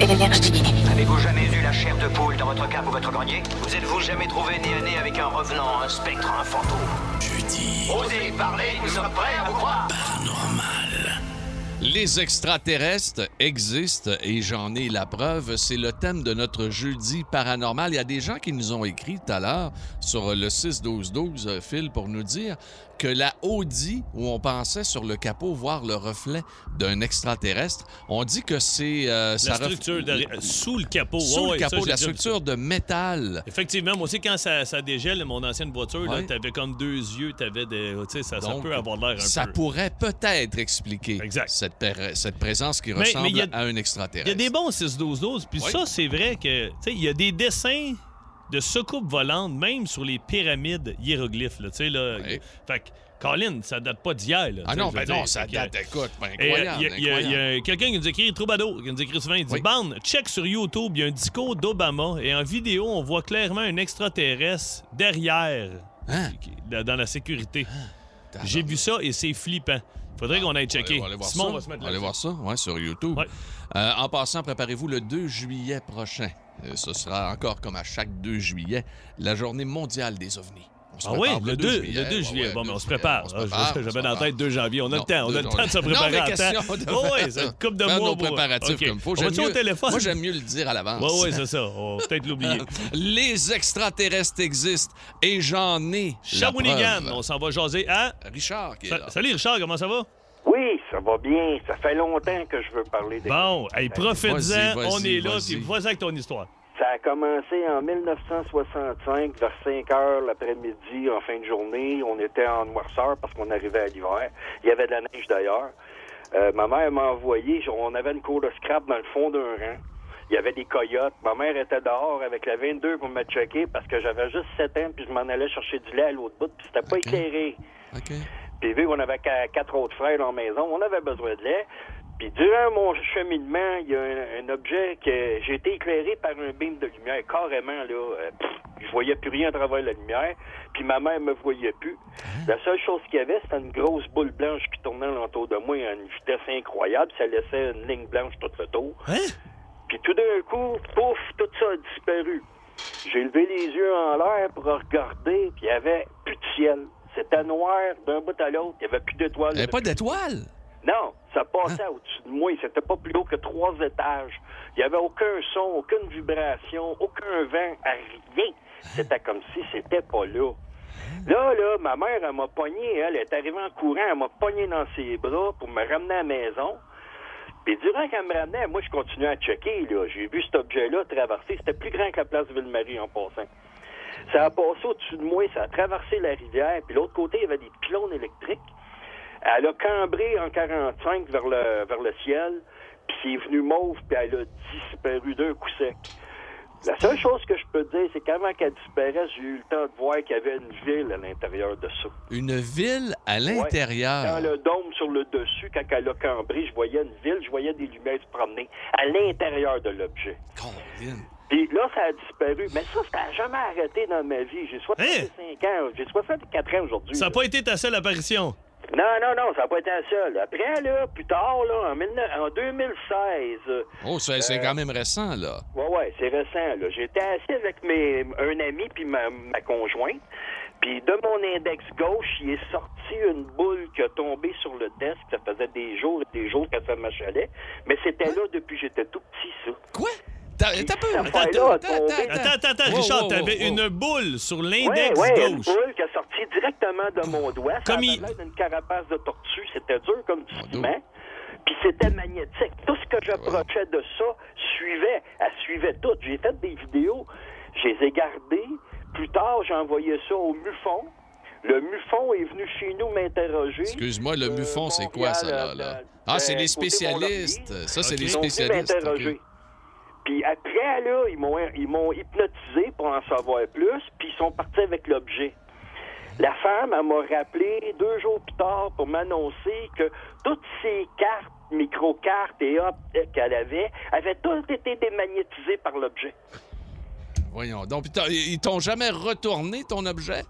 Speaker 5: Énergie.
Speaker 6: Avez-vous jamais eu la chair de poule dans votre cave ou votre grenier Vous êtes-vous jamais trouvé nez à nez avec un revenant, un spectre, un fantôme Judy. Osez parler, nous sommes prêts à vous croire.
Speaker 2: Les extraterrestres existent et j'en ai la preuve. C'est le thème de notre jeudi paranormal. Il y a des gens qui nous ont écrit tout à l'heure sur le 6-12-12, euh, Phil, pour nous dire que la Audi, où on pensait sur le capot voir le reflet d'un extraterrestre, on dit que c'est... euh,
Speaker 3: la
Speaker 2: ça ref-
Speaker 3: structure derrière- sous le capot.
Speaker 2: Sous
Speaker 3: Ouais,
Speaker 2: le
Speaker 3: ouais,
Speaker 2: capot,
Speaker 3: ça,
Speaker 2: la
Speaker 3: j'ai déjà vu ça.
Speaker 2: structure de métal.
Speaker 3: Effectivement, moi aussi, quand ça, ça dégèle, mon ancienne voiture, là,
Speaker 2: Ouais.
Speaker 3: t'avais comme deux yeux, t'avais des. Tu sais, ça, ça
Speaker 2: Donc,
Speaker 3: peut avoir l'air un
Speaker 2: ça
Speaker 3: peu.
Speaker 2: pourrait peut-être expliquer
Speaker 3: Exact.
Speaker 2: cette cette, per- cette présence qui
Speaker 3: Mais-
Speaker 2: ressemble
Speaker 3: mais il y a-
Speaker 2: à un
Speaker 3: Il y a
Speaker 2: extraterrestre.
Speaker 3: des bons 6-12-12, puis
Speaker 2: Oui.
Speaker 3: ça, c'est vrai que, tu sais, il y a des dessins de soucoupes volantes, même sur les pyramides hiéroglyphes, là, tu sais, là.
Speaker 2: Oui.
Speaker 3: Fait que, Colin, ça date pas d'hier, là.
Speaker 2: Ah
Speaker 3: tu sais,
Speaker 2: non,
Speaker 3: je veux
Speaker 2: ben non,
Speaker 3: dire,
Speaker 2: ça
Speaker 3: fait que-
Speaker 2: date, écoute, ben
Speaker 3: Et, euh,
Speaker 2: incroyable.
Speaker 3: Il y a- il y a, il y
Speaker 2: incroyable.
Speaker 3: a quelqu'un qui nous écrit, Troubadour, qui nous écrit souvent, il dit
Speaker 2: Oui.
Speaker 3: Bande, check sur YouTube, il y a un discours d'Obama, et en vidéo, on voit clairement un extraterrestre derrière,
Speaker 2: Hein?
Speaker 3: qui- dans dans la sécurité.
Speaker 2: Tabarnak.
Speaker 3: J'ai vu ça et c'est flippant. Faudrait qu'on aille checker.
Speaker 2: On va aller voir
Speaker 3: Simon
Speaker 2: ça.
Speaker 3: va se mettre
Speaker 2: On va aller
Speaker 3: là-dessus.
Speaker 2: voir ça, ouais, sur YouTube.
Speaker 3: Ouais.
Speaker 2: Euh, en passant, préparez-vous le 2 juillet prochain. Euh, ce sera encore comme à chaque 2 juillet, la journée mondiale des ovnis. On se
Speaker 3: Ah oui,
Speaker 2: prépare
Speaker 3: le 2
Speaker 2: juillet.
Speaker 3: le 2
Speaker 2: Ouais,
Speaker 3: juillet.
Speaker 2: ouais,
Speaker 3: bon,
Speaker 2: le
Speaker 3: mais on
Speaker 2: 2
Speaker 3: se
Speaker 2: juillet,
Speaker 3: prépare.
Speaker 2: on se
Speaker 3: Ah, je-
Speaker 2: prépare, on
Speaker 3: J'avais
Speaker 2: se
Speaker 3: dans la tête
Speaker 2: prépare.
Speaker 3: 2 janvier. On a
Speaker 2: Non,
Speaker 3: le temps. On a
Speaker 2: deux
Speaker 3: le
Speaker 2: jours.
Speaker 3: temps de se
Speaker 2: Non,
Speaker 3: préparer
Speaker 2: mais
Speaker 3: en
Speaker 2: question
Speaker 3: temps.
Speaker 2: de faire
Speaker 3: Oh, ouais, c'est une coupe de
Speaker 2: faire
Speaker 3: mois.
Speaker 2: nos
Speaker 3: pour-
Speaker 2: préparatifs
Speaker 3: OK.
Speaker 2: comme faut.
Speaker 3: On
Speaker 2: J'aime
Speaker 3: va-tu au
Speaker 2: mieux- Ah,
Speaker 3: téléphone?
Speaker 2: Moi, j'aime mieux le dire à l'avance.
Speaker 3: Ouais, ouais, c'est
Speaker 2: <laughs>
Speaker 3: ça. On va peut-être l'oublier.
Speaker 2: Les extraterrestres existent et j'en ai. la
Speaker 3: Shawinigan,
Speaker 2: preuve.
Speaker 3: on s'en va jaser à...
Speaker 2: Richard qui est là.
Speaker 3: Sa- Salut Richard, comment ça va?
Speaker 9: Oui, ça va bien. Ça fait longtemps que je veux parler de
Speaker 3: Bon, hey,
Speaker 2: Vas-y,
Speaker 3: profite-en,
Speaker 2: vas-y,
Speaker 3: on est là,
Speaker 2: vas-y.
Speaker 3: puis vas-y avec ton histoire.
Speaker 9: Ça a commencé en 1965, vers 5 heures l'après-midi, en fin de journée. On était en noirceur parce qu'on arrivait à l'hiver. Il y avait de la neige d'ailleurs. Euh, ma mère m'a envoyé, on avait une cour de scrap dans le fond d'un rang. Il y avait des coyotes. Ma mère était dehors avec la 22 pour me checker parce que j'avais juste 7 ans, puis je m'en allais chercher du lait à l'autre bout, puis c'était pas
Speaker 2: Ok.
Speaker 9: éclairé.
Speaker 2: OK.
Speaker 9: Puis vu qu'on avait qu'à- quatre autres frères dans la maison, on avait besoin de lait. Puis durant mon cheminement, il y a un, un objet que j'ai été éclairé par un beam de lumière, carrément, là. euh, pff, je voyais plus rien à travers la lumière, puis ma mère me voyait plus. La seule chose qu'il y avait, c'était une grosse boule blanche qui tournait autour de moi à une vitesse incroyable. Ça laissait une ligne blanche tout le tour.
Speaker 3: Hein?
Speaker 9: Puis tout d'un coup, pouf, tout ça a disparu. J'ai levé les yeux en l'air pour regarder, puis il y avait plus de ciel. C'était noir d'un bout à l'autre. Il n'y avait plus d'étoiles.
Speaker 2: Il n'y avait pas d'étoile.
Speaker 9: Non, ça passait au-dessus de moi. C'était pas plus haut que trois étages. Il n'y avait aucun son, aucune vibration, aucun vent, à rien. C'était comme si c'était pas là. Là, là, ma mère, elle m'a pogné, elle est arrivée en courant, elle m'a pogné dans ses bras pour me ramener à la maison. Puis durant qu'elle me ramenait, moi, je continuais à checker, là. J'ai vu cet objet-là traverser. C'était plus grand que la place Ville-Marie en passant. Ça a passé au-dessus de moi, ça a traversé la rivière, puis l'autre côté, il y avait des pylônes électriques. Elle a cambré en 45 vers le, vers le ciel, puis c'est venu mauve, puis elle a disparu d'un coup sec. La seule chose que je peux dire, c'est qu'avant qu'elle disparaisse, j'ai eu le temps de voir qu'il y avait une ville à l'intérieur de ça.
Speaker 2: Une ville à
Speaker 9: Ouais.
Speaker 2: l'intérieur.
Speaker 9: Dans le dôme sur le dessus, quand elle a cambré, je voyais une ville, je voyais des lumières se promener à l'intérieur de l'objet.
Speaker 2: Colin.
Speaker 9: Puis là, ça a disparu. Mais ça, ça n'a jamais arrêté dans ma vie. J'ai 65 ans, j'ai 64 ans aujourd'hui.
Speaker 3: Ça n'a
Speaker 9: là.
Speaker 3: pas été ta seule apparition.
Speaker 9: Non, non, non, ça n'a pas été la seule. Après, là, plus tard, là, en, 19 en 2016, euh,
Speaker 2: Oh, c'est c'est quand même récent, là.
Speaker 9: ouais, ouais, c'est récent, là. J'étais assis avec mes, un ami puis ma, ma conjointe. Puis de mon index gauche, il est sorti une boule qui a tombé sur le desk. Ça faisait des jours et des jours que ça m'achalait. Mais c'était là depuis que j'étais tout petit, ça.
Speaker 2: Quoi? T'as t'as peu.
Speaker 9: Cette
Speaker 2: Attends,
Speaker 9: affaire-là a
Speaker 2: attends,
Speaker 9: tombé.
Speaker 2: attends,
Speaker 3: Attends, attends, attends,
Speaker 2: Wow,
Speaker 3: Richard,
Speaker 2: wow,
Speaker 3: t'avais
Speaker 2: wow, wow.
Speaker 3: une boule sur
Speaker 9: Ouais,
Speaker 3: l'index
Speaker 9: ouais, une
Speaker 3: gauche.
Speaker 9: boule qui a sorti directement de mon doigt. Ça
Speaker 3: Comme
Speaker 9: avait
Speaker 3: il-
Speaker 9: l'air d'une carapace de tortue. C'était dur comme du
Speaker 2: Mon
Speaker 9: ciment. Puis c'était magnétique. Tout ce que j'approchais de ça suivait. Elle suivait tout. J'ai fait des vidéos. Je les ai gardées. Plus tard, j'ai envoyé ça au MUFON. Le MUFON est venu chez nous m'interroger.
Speaker 2: Excuse-moi, le
Speaker 9: Euh,
Speaker 2: Buffon, c'est quoi, ça, là?
Speaker 9: Montréal,
Speaker 2: là?
Speaker 9: euh,
Speaker 2: Ah, c'est
Speaker 9: euh,
Speaker 2: les
Speaker 9: côté
Speaker 2: spécialistes.
Speaker 9: Mont-Laurier.
Speaker 2: Ça, c'est
Speaker 3: Ok.
Speaker 2: les
Speaker 9: Ils ont voulu
Speaker 2: spécialistes.
Speaker 9: m'interroger.
Speaker 2: ok.
Speaker 9: Puis après, là, ils m'ont, ils m'ont hypnotisé pour en savoir plus, puis ils sont partis avec l'objet. La femme, elle m'a rappelé deux jours plus tard pour m'annoncer que toutes ces cartes, micro-cartes et hop euh, qu'elle avait, avaient toutes été démagnétisées par l'objet.
Speaker 2: Voyons. Donc, puis t'as- ils t'ont jamais retourné ton objet?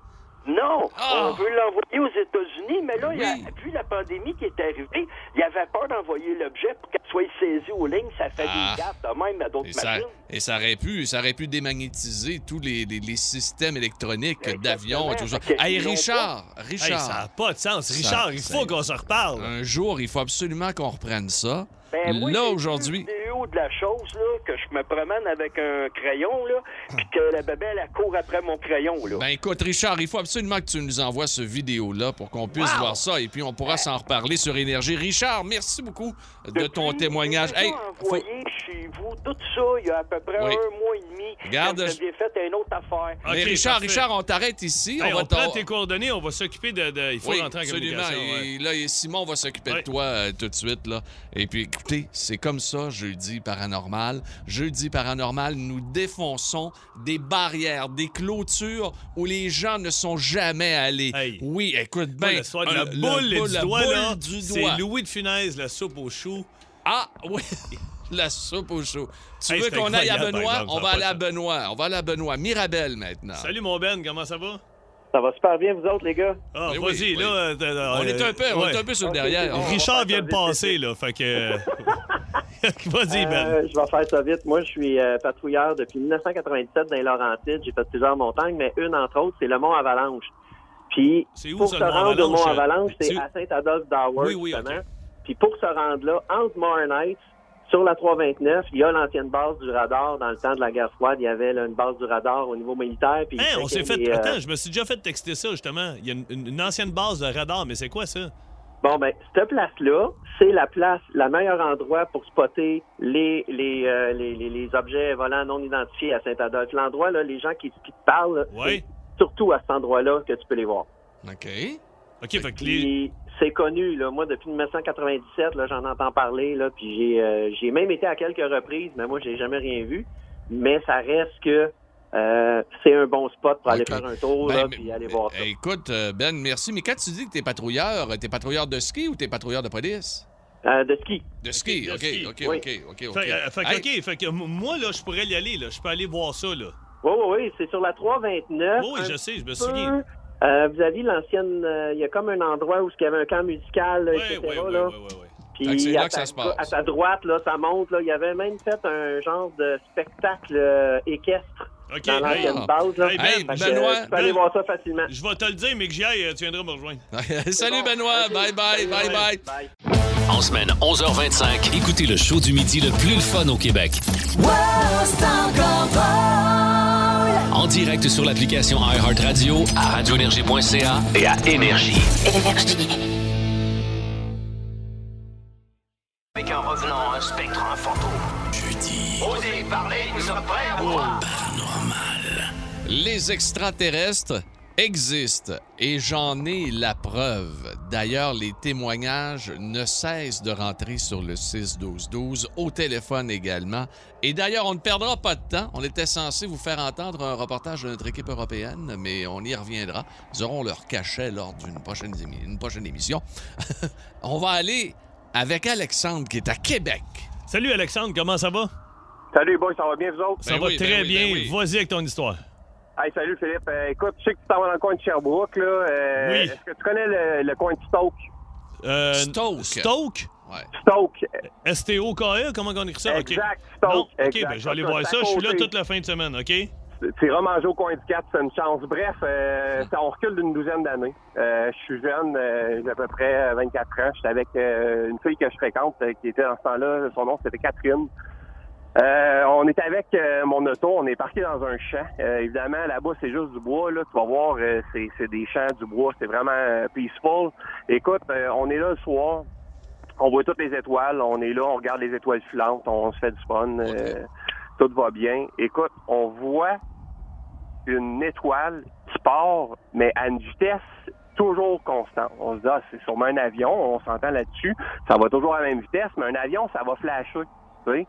Speaker 9: Non,
Speaker 2: Ah!
Speaker 9: on veut l'envoyer aux États-Unis, mais là, il y a-
Speaker 2: Oui.
Speaker 9: vu la pandémie qui est arrivée, il avait peur d'envoyer l'objet pour qu'elle soit saisie aux lignes, ça fait
Speaker 2: Ah.
Speaker 9: des cartes de même à d'autres
Speaker 2: Et ça,
Speaker 9: machines.
Speaker 2: et ça aurait pu, ça aurait pu démagnétiser tous les, les- les systèmes électroniques
Speaker 9: Exactement.
Speaker 2: d'avions et tout ça.
Speaker 9: Fait que
Speaker 2: Hey,
Speaker 9: ils l'ont
Speaker 2: Richard,
Speaker 3: Hey, ça
Speaker 2: Richard,
Speaker 3: n'a pas de sens.
Speaker 2: Ça-
Speaker 3: Richard, il
Speaker 2: ça-
Speaker 3: faut qu'on se reparle.
Speaker 2: un jour, il faut absolument qu'on reprenne ça.
Speaker 9: Ben, moi, j'ai
Speaker 2: là,
Speaker 9: vu
Speaker 2: aujourd'hui,
Speaker 9: une vidéo de la chose, là, que je me promène avec un crayon, là, puis que la bébelle, elle court après mon crayon, là.
Speaker 2: Ben écoute, Richard, il faut absolument que tu nous envoies ce vidéo-là pour qu'on puisse voir ça et puis on pourra s'en reparler sur Énergie. Richard, merci beaucoup de ton témoignage.
Speaker 9: Hey,
Speaker 2: Hey, faut-
Speaker 9: envoyé
Speaker 10: chez vous, tout ça, il y a à peu près
Speaker 2: Oui.
Speaker 10: un mois et demi,
Speaker 2: Garde-
Speaker 10: quand vous aviez fait une autre affaire.
Speaker 2: Mais
Speaker 3: Ok,
Speaker 2: Richard,
Speaker 3: parfait.
Speaker 2: Richard, on t'arrête ici.
Speaker 3: Hey,
Speaker 2: on va
Speaker 3: on prend
Speaker 2: t'en-
Speaker 3: tes coordonnées, on va s'occuper de, de- Il faut
Speaker 2: Oui,
Speaker 3: rentrer en
Speaker 2: absolument.
Speaker 3: communication. ouais.
Speaker 2: Et là, et Simon va s'occuper
Speaker 3: Ouais.
Speaker 2: de toi euh, tout de suite. Là. Et puis, écoutez, c'est comme ça, Jeudi Paranormal. Jeudi Paranormal, nous défonçons des barrières, des clôtures où les gens ne sont jamais allés.
Speaker 3: Hey.
Speaker 2: Oui, écoute
Speaker 3: Moi,
Speaker 2: bien.
Speaker 3: le soir de la
Speaker 2: euh,
Speaker 3: Ben, boule et
Speaker 2: boule-
Speaker 3: du
Speaker 2: la
Speaker 3: doigt,
Speaker 2: boule
Speaker 3: là,
Speaker 2: du doigt.
Speaker 3: c'est Louis de Funès, la soupe aux choux.
Speaker 2: Ah,
Speaker 3: <laughs>
Speaker 2: oui. La soupe au chaud. Tu
Speaker 3: Hey,
Speaker 2: veux
Speaker 3: c'est
Speaker 2: qu'on aille à
Speaker 3: incroyable, par
Speaker 2: Benoît?
Speaker 3: exemple, ça
Speaker 2: On va
Speaker 3: a pas
Speaker 2: aller
Speaker 3: de
Speaker 2: à
Speaker 3: sens.
Speaker 2: Benoît. On va aller à Benoît. Mirabelle maintenant.
Speaker 3: Salut, mon Ben, comment ça va?
Speaker 10: Ça va super bien, vous autres, les gars?
Speaker 3: Ah,
Speaker 2: Mais oui, oui.
Speaker 3: vas-y, là... euh, euh,
Speaker 2: On est un peu, on
Speaker 3: ouais.
Speaker 2: est un peu sur le
Speaker 10: Ok,
Speaker 2: derrière.
Speaker 10: on va
Speaker 3: Richard
Speaker 10: faire
Speaker 3: vient
Speaker 10: ça
Speaker 3: de
Speaker 10: vite,
Speaker 3: passer, là,
Speaker 10: <laughs>
Speaker 3: fait que... euh, vas-y, Ben.
Speaker 10: Euh, je vais faire ça vite. Moi, je suis euh, patrouilleur depuis 1997 dans les Laurentides. J'ai fait plusieurs montagnes, mais une entre autres, c'est le Mont Avalanche. Puis,
Speaker 3: C'est où,
Speaker 10: pour
Speaker 3: ça,
Speaker 10: se
Speaker 3: le Mont
Speaker 10: rendre au
Speaker 3: Avalanche?
Speaker 10: Mont Avalanche,
Speaker 3: C'est
Speaker 10: c'est
Speaker 3: où?
Speaker 10: à Saint-Adolphe d'Howard,
Speaker 3: Oui, oui,
Speaker 10: justement.
Speaker 3: ok.
Speaker 10: Puis, pour se rendre là, entre Morin sur la 329, il y a l'ancienne base du radar. Dans le temps de la guerre froide, il y avait là, une base du radar au niveau militaire. Puis,
Speaker 3: Hein, on s'est fait...
Speaker 10: Et, euh,
Speaker 3: Attends, je me suis déjà fait texter ça, justement. Il y a une, une- une ancienne base de radar, mais c'est quoi, ça?
Speaker 10: Bon, ben, cette place-là, c'est la place, la meilleur endroit pour spotter les, les, euh, les, les, les objets volants non identifiés à Saint-Adolphe. L'endroit, là, les gens qui, qui te parlent, là,
Speaker 3: Ouais.
Speaker 10: c'est surtout à cet endroit-là que tu peux les voir.
Speaker 2: OK. Eh,
Speaker 3: OK, fait que les...
Speaker 10: Puis, c'est connu, là. Moi, depuis 1997, là, j'en entends parler, là, puis j'ai, euh, j'ai même été à quelques reprises, mais moi, j'ai jamais rien vu. Mais ça reste que euh, c'est un bon spot pour aller
Speaker 2: Ok.
Speaker 10: faire un tour,
Speaker 2: Ben,
Speaker 10: là,
Speaker 2: mais-
Speaker 10: puis aller voir
Speaker 2: ben,
Speaker 10: ça.
Speaker 2: Écoute, euh, Ben, merci. Mais quand tu dis que t'es patrouilleur, euh, t'es patrouilleur de ski ou t'es patrouilleur de police?
Speaker 10: Euh, de ski.
Speaker 2: De ski,
Speaker 3: de
Speaker 2: OK,
Speaker 3: ski.
Speaker 2: OK,
Speaker 10: Oui.
Speaker 2: OK, OK, OK.
Speaker 3: Fait, euh, fait que,
Speaker 2: Hey,
Speaker 3: OK, fait que m- moi, là, je pourrais y aller, là. Je peux aller voir ça, là.
Speaker 10: Oui, oui, oui, c'est sur la 329.
Speaker 3: Oui,
Speaker 10: un
Speaker 3: je sais, je me
Speaker 10: peu.
Speaker 3: souviens.
Speaker 10: Euh, vous aviez l'ancienne. euh, Il y a comme un endroit où il y avait un camp musical, là,
Speaker 3: Oui,
Speaker 10: etc.
Speaker 3: oui, oui,
Speaker 10: là.
Speaker 3: oui, oui.
Speaker 2: Fait que c'est
Speaker 10: Puis
Speaker 2: là
Speaker 10: à
Speaker 2: que ça
Speaker 10: ta-
Speaker 2: se passe.
Speaker 10: à ta droite, là, ça monte. Là. Il y avait même fait un genre de spectacle euh, équestre
Speaker 3: OK,
Speaker 10: dans
Speaker 3: hey,
Speaker 10: l'ancienne base. Là.
Speaker 3: Hey,
Speaker 2: Ben,
Speaker 10: Fait que,
Speaker 2: Benoît,
Speaker 10: euh, tu peux aller
Speaker 3: Ben-
Speaker 10: voir ça facilement.
Speaker 3: je vais te le dire, mais que j'y aille, euh, tu viendras me rejoindre.
Speaker 2: <laughs> Salut,
Speaker 10: Bon,
Speaker 2: Benoît.
Speaker 10: ok.
Speaker 2: Bye, bye, bye, bye.
Speaker 10: Bye.
Speaker 1: En semaine 11h25, écoutez le show du midi le plus le fun au Québec. En direct sur l'application iHeartRadio, à radioénergie.ca et à Énergie.
Speaker 6: Avec un revenant, un spectre, un fantôme. Jeudi. Osez parler, nous sommes prêts à vous croire.
Speaker 2: Les extraterrestres existent et j'en ai la preuve. D'ailleurs, les témoignages ne cessent de rentrer sur le 6-12-12, au téléphone également. Et d'ailleurs, on ne perdra pas de temps. On était censé vous faire entendre un reportage de notre équipe européenne, mais on y reviendra. Ils auront leur cachet lors d'une prochaine, émi- une prochaine émission. <laughs> on va aller avec Alexandre qui est à Québec.
Speaker 3: Salut, Alexandre, comment ça va?
Speaker 11: Salut, boy, ça va bien, vous autres?
Speaker 3: Ça
Speaker 2: Ben
Speaker 3: va
Speaker 2: oui, ben
Speaker 3: très
Speaker 2: oui,
Speaker 3: bien.
Speaker 2: ben oui.
Speaker 3: Vas-y avec ton histoire.
Speaker 11: Hey, salut, Philippe. Euh, écoute, je sais que tu t'en vas dans le coin de Sherbrooke, là. Euh,
Speaker 3: Oui.
Speaker 11: Est-ce que tu connais le, le coin de Stoke?
Speaker 3: Euh,
Speaker 2: Stoke.
Speaker 3: Stoke?
Speaker 2: Ouais.
Speaker 11: Stoke.
Speaker 3: S-T-O-K-E? E, Comment on écrit ça? OK.
Speaker 11: Exact, Stoke.
Speaker 3: Non? OK,
Speaker 11: exact.
Speaker 3: ben, je vais aller
Speaker 11: Ça,
Speaker 3: voir
Speaker 11: c'est
Speaker 3: ça.
Speaker 11: à
Speaker 3: Je suis là
Speaker 11: côté.
Speaker 3: toute la fin de semaine, OK?
Speaker 11: Tu iras manger au coin du 4, c'est une chance. Bref, euh, ça, on recule d'une douzaine d'années. Euh, je suis jeune, euh, j'ai à peu près 24 ans. J'étais avec euh, une fille que je fréquente euh, qui était dans ce temps-là. Son nom, c'était Catherine. Euh, on est avec euh, mon auto, on est parqué dans un champ. Euh, évidemment, là-bas, c'est juste du bois. Là. Tu vas voir, euh, c'est c'est des champs, du bois. C'est vraiment euh, peaceful. Écoute, euh, on est là le soir. On voit toutes les étoiles. On est là, on regarde les étoiles filantes. On se fait du fun. euh, tout va bien. Écoute, on voit une étoile qui part, mais à une vitesse toujours constante. On se dit, ah, c'est sûrement un avion, on s'entend là-dessus. Ça va toujours à la même vitesse, mais un avion, ça va flasher. Tu sais?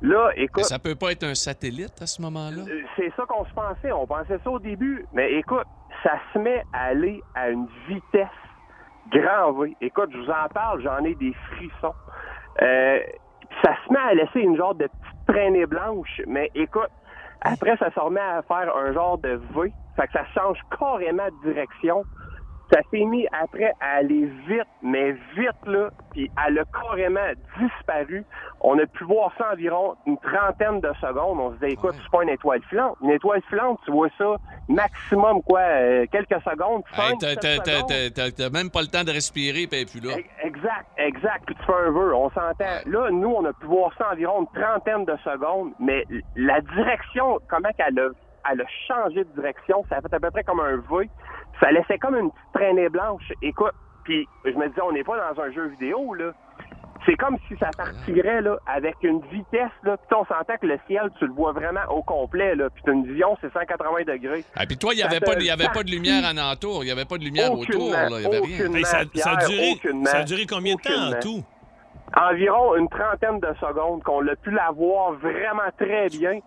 Speaker 11: Là,
Speaker 2: Mais
Speaker 11: écoute,
Speaker 2: ça peut pas être un satellite à ce moment-là?
Speaker 11: euh, c'est ça qu'on se pensait. On pensait ça au début. Mais écoute, ça se met à aller à une vitesse grand V. Écoute, je vous en parle, j'en ai des frissons. Euh, ça se met à laisser une genre de petite traînée blanche. Mais écoute, après, ça se remet à faire un genre de V. Fait que ça change carrément de direction. Ça s'est mis après à aller vite, mais vite là, puis elle a carrément disparu. On a pu voir ça environ une trentaine de secondes. On se disait, écoute,
Speaker 2: Ouais.
Speaker 11: c'est pas une étoile filante. Une étoile filante, tu vois ça maximum quoi, euh, quelques secondes.
Speaker 2: Hey,
Speaker 11: cinq,
Speaker 2: t'as-
Speaker 11: sept
Speaker 2: t'as- t'as-
Speaker 11: secondes.
Speaker 2: t'as- t'as- T'as même pas le temps de respirer, puis elle est plus là.
Speaker 11: E- Exact, exact. Puis tu fais un vœu, on s'entend. Là, nous, on a pu voir ça environ une trentaine de secondes, mais l- la direction, comment qu'elle a, elle a changé de direction, ça a fait à peu près comme un V. Ça laissait comme une petite traînée blanche. Écoute, puis je me disais, on n'est pas dans un jeu vidéo, là.
Speaker 9: C'est comme si ça partirait là, avec une vitesse. Là, puis on s'entend que le ciel, tu le vois vraiment au complet. Là, puis t'as une vision, c'est 180 degrés.
Speaker 2: Ah, puis toi, il n'y
Speaker 9: Ça
Speaker 2: avait,
Speaker 9: te
Speaker 2: pas de- il y avait pas de
Speaker 9: partit.
Speaker 2: lumière en entour. Il n'y avait pas de lumière autour.
Speaker 9: Aucunement,
Speaker 2: là, Il n'y avait rien.
Speaker 9: aucunement,
Speaker 3: Hey, ça, ça a
Speaker 9: Pierre,
Speaker 3: duré,
Speaker 9: aucunement.
Speaker 3: ça a duré combien de temps en
Speaker 9: Aucunement.
Speaker 3: tout?
Speaker 9: Environ une trentaine de secondes qu'on l'a pu la voir vraiment très bien.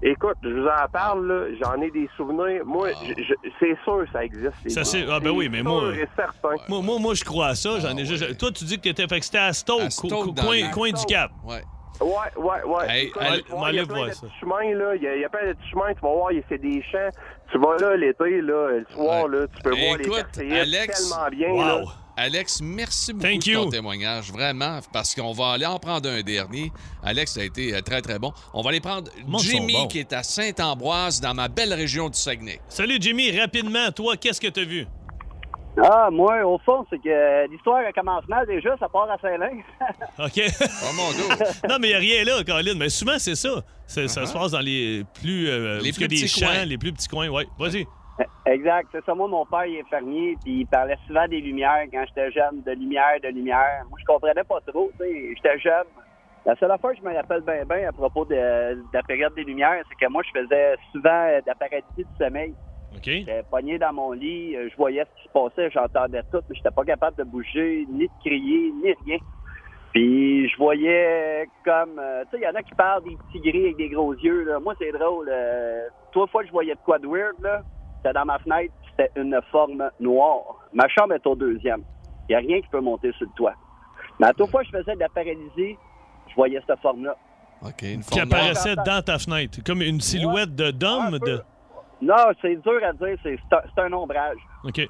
Speaker 9: Écoute, je vous en parle, là, j'en ai des souvenirs. Moi, je- je- c'est sûr ça existe. ces gars.
Speaker 3: Ah. Ça, c'est- ah, ben oui, mais moi- euh,
Speaker 9: sûr et certain.
Speaker 3: Moi, moi, moi, je crois à ça. J'en ai
Speaker 2: Ah,
Speaker 3: juste-
Speaker 2: ouais.
Speaker 3: Toi, tu dis que t'étais. Fait que c'était à Stoke,
Speaker 2: À Stoke,
Speaker 3: au- au
Speaker 2: dans
Speaker 3: coin,
Speaker 2: le-
Speaker 3: coin du Cap.
Speaker 2: Ouais.
Speaker 9: Ouais, ouais, ouais.
Speaker 2: Hey,
Speaker 9: Écoute,
Speaker 2: allez,
Speaker 9: tu vois, il y a
Speaker 3: m'allez
Speaker 9: plein
Speaker 3: voir
Speaker 9: de
Speaker 3: ça.
Speaker 9: petits chemins, là. Il y, a, il y a plein de petits chemins, tu vas voir, il- c'est des champs. Tu vas là l'été, là, le soir,
Speaker 2: Ouais. Ben
Speaker 9: là, tu peux voir les
Speaker 2: Écoute,
Speaker 9: Marseillais
Speaker 2: Alex,
Speaker 9: tellement bien, là.
Speaker 3: Wow!
Speaker 2: Alex, merci beaucoup
Speaker 3: Thank
Speaker 2: de ton
Speaker 3: you.
Speaker 2: témoignage, vraiment, parce qu'on va aller en prendre un dernier. Alex, ça a été euh, très, très bon. On va aller prendre
Speaker 3: monde sont
Speaker 2: Jimmy,
Speaker 3: bons.
Speaker 2: qui est à Saint-Ambroise, dans ma belle région du Saguenay.
Speaker 3: Salut, Jimmy. Rapidement, toi, qu'est-ce que t'as vu?
Speaker 12: Ah, moi, au fond, c'est que l'histoire elle commence mal déjà, ça part à Saint-Lin. <laughs>
Speaker 3: OK?
Speaker 2: Oh mon Dieu!
Speaker 3: <laughs> non, mais il n'y a rien là, Colin. Mais souvent, c'est ça. C'est- Ça se passe dans les plus. euh,
Speaker 2: Uh-huh. Les
Speaker 3: où est-ce qu'il y
Speaker 2: plus
Speaker 3: a des
Speaker 2: petits
Speaker 3: champs,
Speaker 2: coins.
Speaker 3: les plus petits coins. Ouais, vas-y.
Speaker 12: exact, c'est ça. Moi, mon père, il est fermier, puis il parlait souvent des lumières quand j'étais jeune, de lumière, de lumière. Moi, je comprenais pas trop, tu sais, j'étais jeune. La seule affaire que je me rappelle bien, bien à propos de, de la période des lumières, c'est que moi, je faisais souvent euh, de la paralysie du sommeil.
Speaker 3: OK?
Speaker 12: J'étais pogné dans mon lit, euh, je voyais ce qui se passait, j'entendais tout, mais j'étais pas capable de bouger, ni de crier, ni rien. Puis je voyais comme... euh, tu sais, il y en a qui parlent des petits gris avec des gros yeux. Là. Moi, c'est drôle. euh, trois fois que je voyais de quoi de weird, là, c'était dans ma fenêtre, puis c'était une forme noire. Ma chambre est au deuxième. Il n'y a rien qui peut monter sur le toit. Mais à trois fois que je faisais de la paralysie, je voyais cette forme-là.
Speaker 2: OK, une
Speaker 3: Qui
Speaker 2: forme noire.
Speaker 3: apparaissait dans ta fenêtre. Comme une silhouette de
Speaker 12: Un
Speaker 3: d'homme.
Speaker 12: peu.
Speaker 3: De...
Speaker 12: Non, c'est dur à dire, c'est c'est un- c'est un ombrage.
Speaker 3: OK.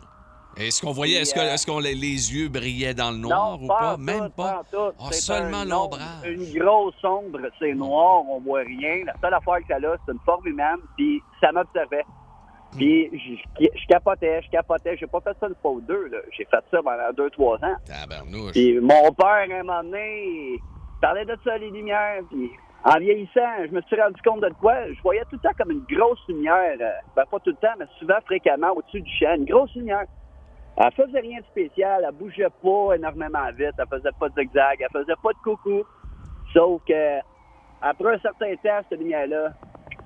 Speaker 2: Est-ce qu'on voyait, est-ce que,
Speaker 9: euh,
Speaker 2: est-ce qu'on les, les yeux brillaient dans le noir ou
Speaker 12: Non, en
Speaker 2: pas?
Speaker 12: tout,
Speaker 2: Même pas.
Speaker 12: en tout.
Speaker 2: Ah,
Speaker 12: C'est
Speaker 2: seulement hein.
Speaker 12: un
Speaker 2: l'ombrage.
Speaker 12: ombre, Une grosse ombre, c'est noir, on voit rien. La seule affaire que ça a, c'est une forme humaine, puis ça m'observait.
Speaker 2: Hmm.
Speaker 12: Puis je, je- je capotais, je capotais. J'ai pas fait ça une fois ou deux, là. J'ai fait ça pendant deux, trois ans.
Speaker 2: Tabarnouche.
Speaker 12: Puis mon père, à un moment donné, il parlait de ça, les lumières. Puis en vieillissant, je me suis rendu compte de quoi. Je voyais tout le temps comme une grosse lumière. euh, Ben, pas tout le temps, mais souvent, fréquemment, au-dessus du champ. Une grosse lumière. Elle faisait rien de spécial. Elle bougeait pas énormément vite. Elle faisait pas de zigzag. Elle faisait pas de coucou. Sauf que, après un certain temps, cette lumière-là,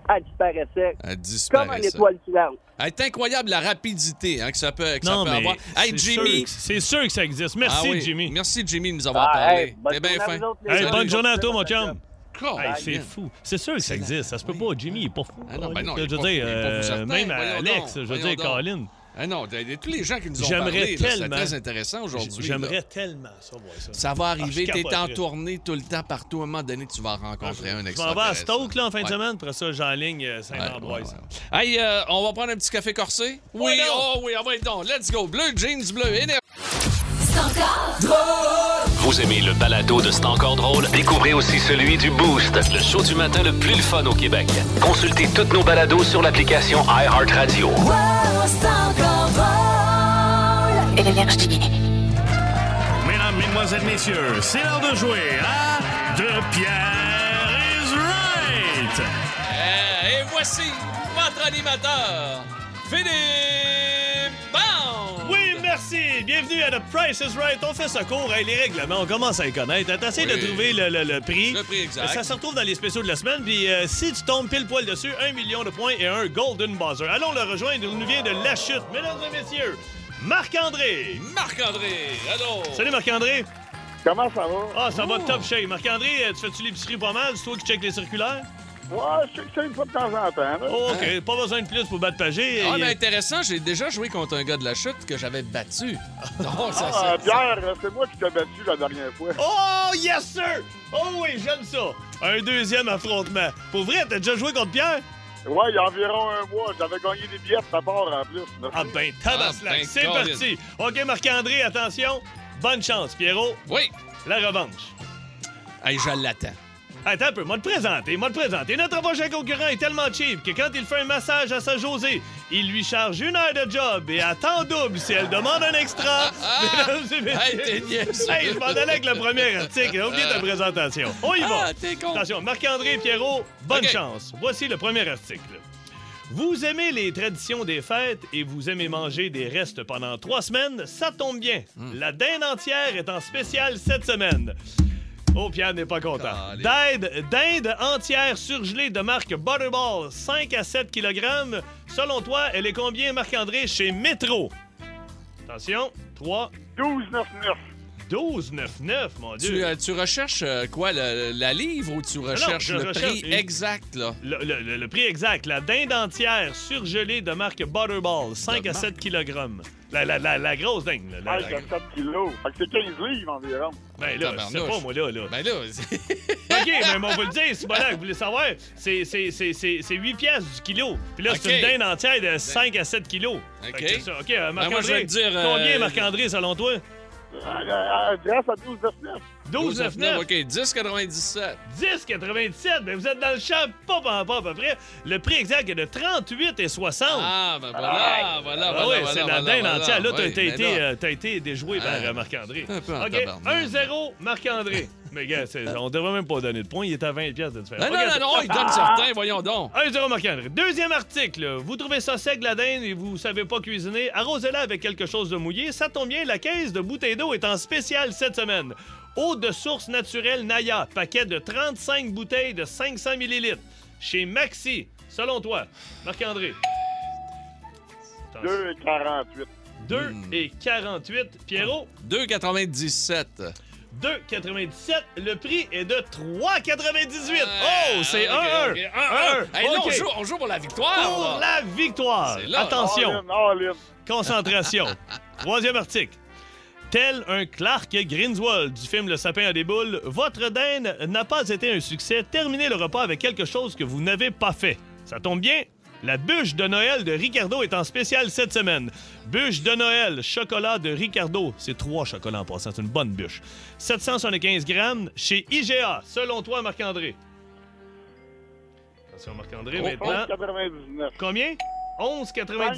Speaker 12: elle disparaissait.
Speaker 2: Elle
Speaker 12: Comme une
Speaker 2: disparaissait.
Speaker 12: étoile filante.
Speaker 2: Elle est Ah, incroyable la rapidité hein, que ça peut, que ça
Speaker 3: Non,
Speaker 2: peut
Speaker 3: mais.
Speaker 2: avoir. Hey,
Speaker 3: c'est
Speaker 2: Jimmy!
Speaker 3: sûr que- C'est sûr que ça existe. Merci,
Speaker 2: Ah oui,
Speaker 3: Jimmy.
Speaker 2: Merci, Johnny, de nous avoir
Speaker 12: Ah,
Speaker 2: parlé.
Speaker 12: hey, bonne
Speaker 2: Bah, ben, T'es bien
Speaker 12: journée à vous
Speaker 2: fin.
Speaker 12: autres, les
Speaker 3: Hey,
Speaker 12: Salut.
Speaker 3: bonne journée à toi, mon chum. Hey,
Speaker 2: Oh, Colin.
Speaker 3: c'est fou. C'est sûr que ça existe. Ça se peut
Speaker 2: Oui.
Speaker 3: pas. Jimmy, il est pas fou.
Speaker 2: Ah non, ben non,
Speaker 3: je
Speaker 2: il est
Speaker 3: veux dire,
Speaker 2: pas
Speaker 3: euh,
Speaker 2: fou, il est pas fou, certain.
Speaker 3: même à
Speaker 2: Voyons
Speaker 3: Alex,
Speaker 2: donc,
Speaker 3: je veux
Speaker 2: voyons
Speaker 3: dire,
Speaker 2: donc.
Speaker 3: Colin.
Speaker 2: Ah non, t'as- t'as tous les gens qui nous ont
Speaker 3: J'aimerais
Speaker 2: parlé, là, c'était
Speaker 3: tellement.
Speaker 2: très intéressant aujourd'hui. là.
Speaker 3: J'aimerais tellement ça, voir ça.
Speaker 2: Ça va arriver,
Speaker 3: Ah, je
Speaker 2: t'es en
Speaker 3: capoterais. Ah,
Speaker 2: tournée tout le temps, partout. À un moment donné, tu vas en rencontrer un
Speaker 3: Je m'en vais à
Speaker 2: extraterrestre.
Speaker 3: Stoke là, en fin de
Speaker 2: Ouais.
Speaker 3: semaine, après ça, j'enligne euh,
Speaker 2: Ouais,
Speaker 3: Saint-Ambroise.
Speaker 2: ouais, ouais. Hey, euh, on va prendre un petit café corsé? Oui,
Speaker 3: Ouais, non.
Speaker 2: oh oui, on va être donc. Let's go. Bleu, jeans bleu, énergie.
Speaker 1: Vous aimez le balado de C'est encore drôle? Découvrez aussi celui du Boost, le show du matin le plus le fun au Québec. Consultez toutes nos balados sur l'application iHeartRadio.
Speaker 5: Énergie.
Speaker 4: Mesdames, Mesdemoiselles, Messieurs, c'est l'heure de jouer à De Pierre is Right.
Speaker 2: Euh, et voici votre animateur, Philippe Bond.
Speaker 3: Oui, merci! Bienvenue à The Price is Right. On fait ce cours. Hey, les règlements, on commence à les connaître. T'essayes
Speaker 2: Oui.
Speaker 3: de trouver le, le- le prix.
Speaker 2: Le prix exact.
Speaker 3: Ça se retrouve dans les spéciaux de la semaine. Puis euh, si tu tombes pile poil dessus, un million de points et un Golden Buzzer. Allons le rejoindre. Il nous vient de La Chute. Mesdames et messieurs, Marc-André.
Speaker 2: Marc-André, allô.
Speaker 3: Salut Marc-André.
Speaker 9: Comment ça va?
Speaker 3: Ah, ça va top shape. Marc-André, euh, tu fais-tu l'épicerie pas mal? C'est toi qui check les circulaires?
Speaker 9: Ouais, je sais que c'est une fois de temps en temps. là.
Speaker 3: Oh, OK. Pas besoin de plus pour battre Pagé.
Speaker 2: Ah,
Speaker 3: Il-
Speaker 2: mais intéressant, j'ai déjà joué contre un gars de la chute que j'avais
Speaker 3: <laughs>
Speaker 2: battu. Non, Oh, ça,
Speaker 9: Ah,
Speaker 2: ça-
Speaker 9: euh, Pierre, c'est moi qui t'ai battu la dernière fois.
Speaker 3: Oh, yes, sir! Oh oui, j'aime ça! Un deuxième affrontement. Pour vrai, t'as déjà joué contre Pierre?
Speaker 9: Ouais, il y a environ un mois, j'avais gagné des billets de ta part en plus. Merci.
Speaker 3: Ah ben, tabaslac,
Speaker 2: Ah ben,
Speaker 3: c'est
Speaker 2: Colin.
Speaker 3: parti! OK, Marc-André, attention. Bonne chance, Pierrot.
Speaker 2: Oui.
Speaker 3: La revanche.
Speaker 2: Hey, je l'attends.
Speaker 3: Attends un peu, moi te présenter, moi te présenter. Notre prochain concurrent est tellement cheap que quand il fait un massage à sa Josée, il lui charge une heure de job et à temps double si elle demande un extra. Mesdames et
Speaker 2: Ah, Hey, t'es niaiseux.
Speaker 3: Hey, je m'en allais avec le premier article. J'ai oublié ta présentation. On y va.
Speaker 2: Ah, t'es con.
Speaker 3: Attention, Marc-André Pierrot, bonne
Speaker 2: OK.
Speaker 3: chance. Voici le premier article. Vous aimez les traditions des fêtes et vous aimez manger des restes
Speaker 2: Hmm.
Speaker 3: pendant trois semaines, ça tombe bien. La dinde entière est en spécial cette semaine. Oh, Pierre n'est pas content. Dinde, dinde entière surgelée de marque Butterball, 5 à 7 kg. Selon toi, elle est combien, Marc-André, chez Metro? Attention, 3... 12,99. 12,99, mon Dieu.
Speaker 2: Tu, euh, tu recherches euh, quoi, le- la livre ou tu
Speaker 3: Non,
Speaker 2: recherches
Speaker 3: je
Speaker 2: le
Speaker 3: recherche
Speaker 2: prix
Speaker 3: une-
Speaker 2: exact, là?
Speaker 3: Le, le- le- le prix exact, la dinde entière surgelée de marque Butterball, 5 à 7 kg. La, la, la, la grosse dinde. là, la-
Speaker 8: Ah,
Speaker 3: la-
Speaker 8: j'ai 7 kilos. Fait que c'est 15 livres environ.
Speaker 3: Ben là, je sais pas, moi, là. là.
Speaker 2: Ben là,
Speaker 3: <laughs> OK, mais on va le dire, c'est pas là que vous voulez savoir. C'est, c'est, c'est, c'est, c'est 8 piastres du kilo. Puis là, c'est
Speaker 2: OK.
Speaker 3: une dinde entière de 5 à 7 kilos. Fait que c'est ça. OK, euh,
Speaker 8: Ben,
Speaker 3: Marc-André,
Speaker 8: moi, je vais te dire, euh,
Speaker 3: combien, Marc-André, selon toi?
Speaker 8: Grâce euh, à 12 9
Speaker 3: 12,99.
Speaker 2: OK, 10,97.
Speaker 3: 10,97. Ben, vous êtes dans le champ, pas, pas, pas, à peu près. Le prix exact est de 38,60.
Speaker 2: Ah, ben voilà, voilà,
Speaker 3: Ah
Speaker 2: voilà,
Speaker 3: oui,
Speaker 2: voilà,
Speaker 3: c'est la
Speaker 2: voilà,
Speaker 3: dinde
Speaker 2: voilà,
Speaker 3: entière. Là, t'as,
Speaker 2: oui,
Speaker 3: t'as
Speaker 2: mais
Speaker 3: été,
Speaker 2: non.
Speaker 3: euh, t'as été déjoué par
Speaker 2: Ah,
Speaker 3: euh, Marc-André.
Speaker 2: un peu en
Speaker 3: OK,
Speaker 2: tabarnak.
Speaker 3: 1-0, Marc-André.
Speaker 2: <laughs>
Speaker 3: Mais gars, c'est- on devrait même pas donner de points. Il est à 20 piastres de différence.
Speaker 2: Non, non,
Speaker 3: OK,
Speaker 2: non,
Speaker 3: c'est-
Speaker 2: non, il donne certains, voyons donc.
Speaker 3: 1-0 Marc-André. Deuxième article. Vous trouvez ça sec, la dinde, et vous savez pas cuisiner, arrosez-la avec quelque chose de mouillé. Ça tombe bien, la caisse de bouteilles d'eau est en spécial cette semaine. Eau de source naturelle Naya, paquet de 35 bouteilles de 500 ml. Chez Maxi, selon toi, Marc-André.
Speaker 8: 2,48.
Speaker 3: 2 et 48. Pierrot,
Speaker 2: Ah, 2,97.
Speaker 3: Oh, 2,97. Le prix est de 3,98.
Speaker 2: Ah,
Speaker 3: oh, c'est 1-1.
Speaker 2: ok, ok, un, un. Hey, là, on joue- on joue pour la victoire,
Speaker 3: Pour
Speaker 2: là.
Speaker 3: la victoire.
Speaker 2: C'est là.
Speaker 3: Attention.
Speaker 2: All <laughs>
Speaker 3: Concentration. Troisième article. Tel un Clark Griswold du film Le sapin à des boules, votre dinde n'a pas été un succès. Terminez le repas avec quelque chose que vous n'avez pas fait. Ça tombe bien. La bûche de Noël de Ricardo est en spécial cette semaine. Bûche de Noël, chocolat de Ricardo. C'est trois chocolats en passant, c'est une bonne bûche. 775 grammes chez IGA, selon toi, Marc-André. Attention, Marc-André, maintenant.
Speaker 8: 11,99.
Speaker 3: Combien? 11,99?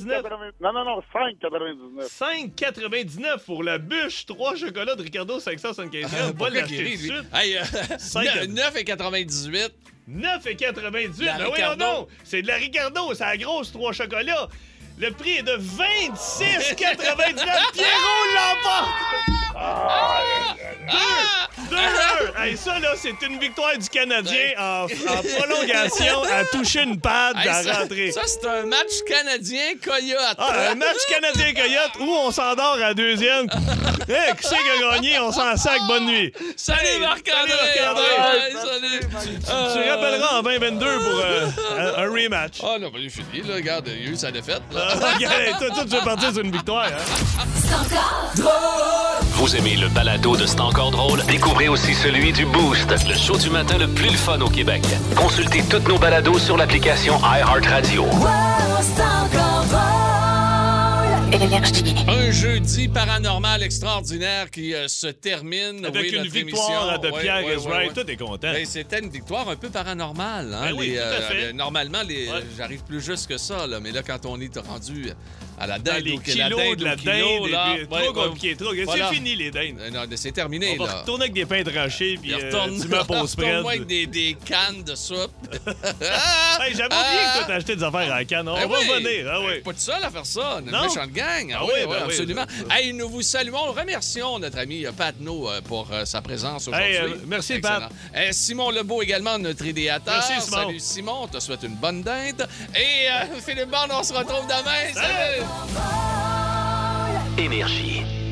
Speaker 8: 5,80 Non, non, non, 5,99.
Speaker 3: 5,99 pour la bûche, 3 chocolats de Ricardo 575
Speaker 2: <laughs>
Speaker 3: grammes.
Speaker 2: Ah, Pourquoi
Speaker 3: Va l'acheter
Speaker 2: Guéry,
Speaker 3: tout de
Speaker 2: lui?
Speaker 3: suite.
Speaker 2: Hey, euh,
Speaker 3: Cinq-
Speaker 2: neuf- 9,98.
Speaker 3: 9,98.
Speaker 2: La
Speaker 3: Ben oui,
Speaker 2: Ricardo.
Speaker 3: non, c'est de la Ricardo, c'est la grosse 3 chocolats. Le prix est de 26,99.
Speaker 2: <laughs>
Speaker 3: Pierrot l'emporte!
Speaker 9: Ah,
Speaker 2: Ah!
Speaker 3: Deux- deux un. Hey, ça, là, c'est une victoire du Canadien en, en prolongation à toucher une patte
Speaker 2: Ben. Hey,
Speaker 3: à
Speaker 2: ça-
Speaker 3: rentrer.
Speaker 2: Ça, c'est un match canadien-coyote.
Speaker 3: Ah, un match canadien-coyote où on s'endort à la deuxième. hey, qui c'est qui a gagné? On s'en sac, bonne nuit.
Speaker 2: <laughs> Salut
Speaker 3: Hey,
Speaker 2: Marc-André!
Speaker 3: salut, Marc-André.
Speaker 2: Hey, salut! Euh,
Speaker 3: Tu te rappelleras hein? en 2022 pour euh, un, un rematch.
Speaker 2: Ah non, ben il est fini, là. Regarde, il y a eu sa défaite. là.
Speaker 3: Ah, regarde, hey, toi, toi, tu veux partir sur une victoire. Hein?
Speaker 1: Vous aimez le balado de C'est encore drôle? Découvrez aussi celui du Boost, le show du matin le plus le fun au Québec. Consultez toutes nos balados sur l'application iHeartRadio.
Speaker 2: Un jeudi paranormal extraordinaire qui euh, se termine.
Speaker 3: Avec
Speaker 2: oui,
Speaker 3: une
Speaker 2: notre
Speaker 3: victoire
Speaker 2: émission.
Speaker 3: de
Speaker 2: Ouais,
Speaker 3: Pierre
Speaker 2: ouais,
Speaker 3: is
Speaker 2: ouais,
Speaker 3: right.
Speaker 2: ouais.
Speaker 3: Tout est content.
Speaker 2: Ben, c'était une victoire un peu paranormale. Hein?
Speaker 3: Ben oui,
Speaker 2: Les,
Speaker 3: tout à fait.
Speaker 2: les- normalement, les, euh,
Speaker 3: Ouais.
Speaker 2: j'arrive plus juste que ça, là, mais là, quand on est rendu à la dinde,
Speaker 3: Dans les
Speaker 2: ou que la
Speaker 3: kilos
Speaker 2: dinde
Speaker 3: de
Speaker 2: ou
Speaker 3: la
Speaker 2: kilo,
Speaker 3: dinde, et
Speaker 2: là,
Speaker 3: puis,
Speaker 2: ouais,
Speaker 3: trop
Speaker 2: ouais,
Speaker 3: compliqué, trop-
Speaker 2: voilà.
Speaker 3: C'est fini, les dindes.
Speaker 2: Euh, non, c'est terminé,
Speaker 3: On va
Speaker 2: là.
Speaker 3: retourner avec des pains tranchés, puis
Speaker 2: Il
Speaker 3: euh,
Speaker 2: retourne- <laughs>
Speaker 3: tu mets au spread.
Speaker 2: retourne-moi avec des, des cannes de soupe.
Speaker 3: <laughs>
Speaker 2: Ah!
Speaker 3: Hey, J'avais oublié que toi, t'as acheté des affaires à la canne. On
Speaker 2: Euh. Ben
Speaker 3: va
Speaker 2: oui.
Speaker 3: revenir. Ah oui.
Speaker 2: Pas tout seul à faire ça,
Speaker 3: Non?
Speaker 2: une méchante gang.
Speaker 3: Ah
Speaker 2: Ah
Speaker 3: oui,
Speaker 2: oui, oui,
Speaker 3: ben oui,
Speaker 2: absolument.
Speaker 3: c'est
Speaker 2: Hey, nous vous saluons, remercions notre ami euh, Pat No euh, pour euh, sa présence aujourd'hui.
Speaker 3: Hey, euh, merci, Pat.
Speaker 2: Euh, Simon Lebeau également, notre idéateur.
Speaker 3: Merci, Simon.
Speaker 2: Salut Simon, on te souhaite une bonne dinde. Et euh, Philippe Bande, on se retrouve demain. Salut!
Speaker 1: Énergie.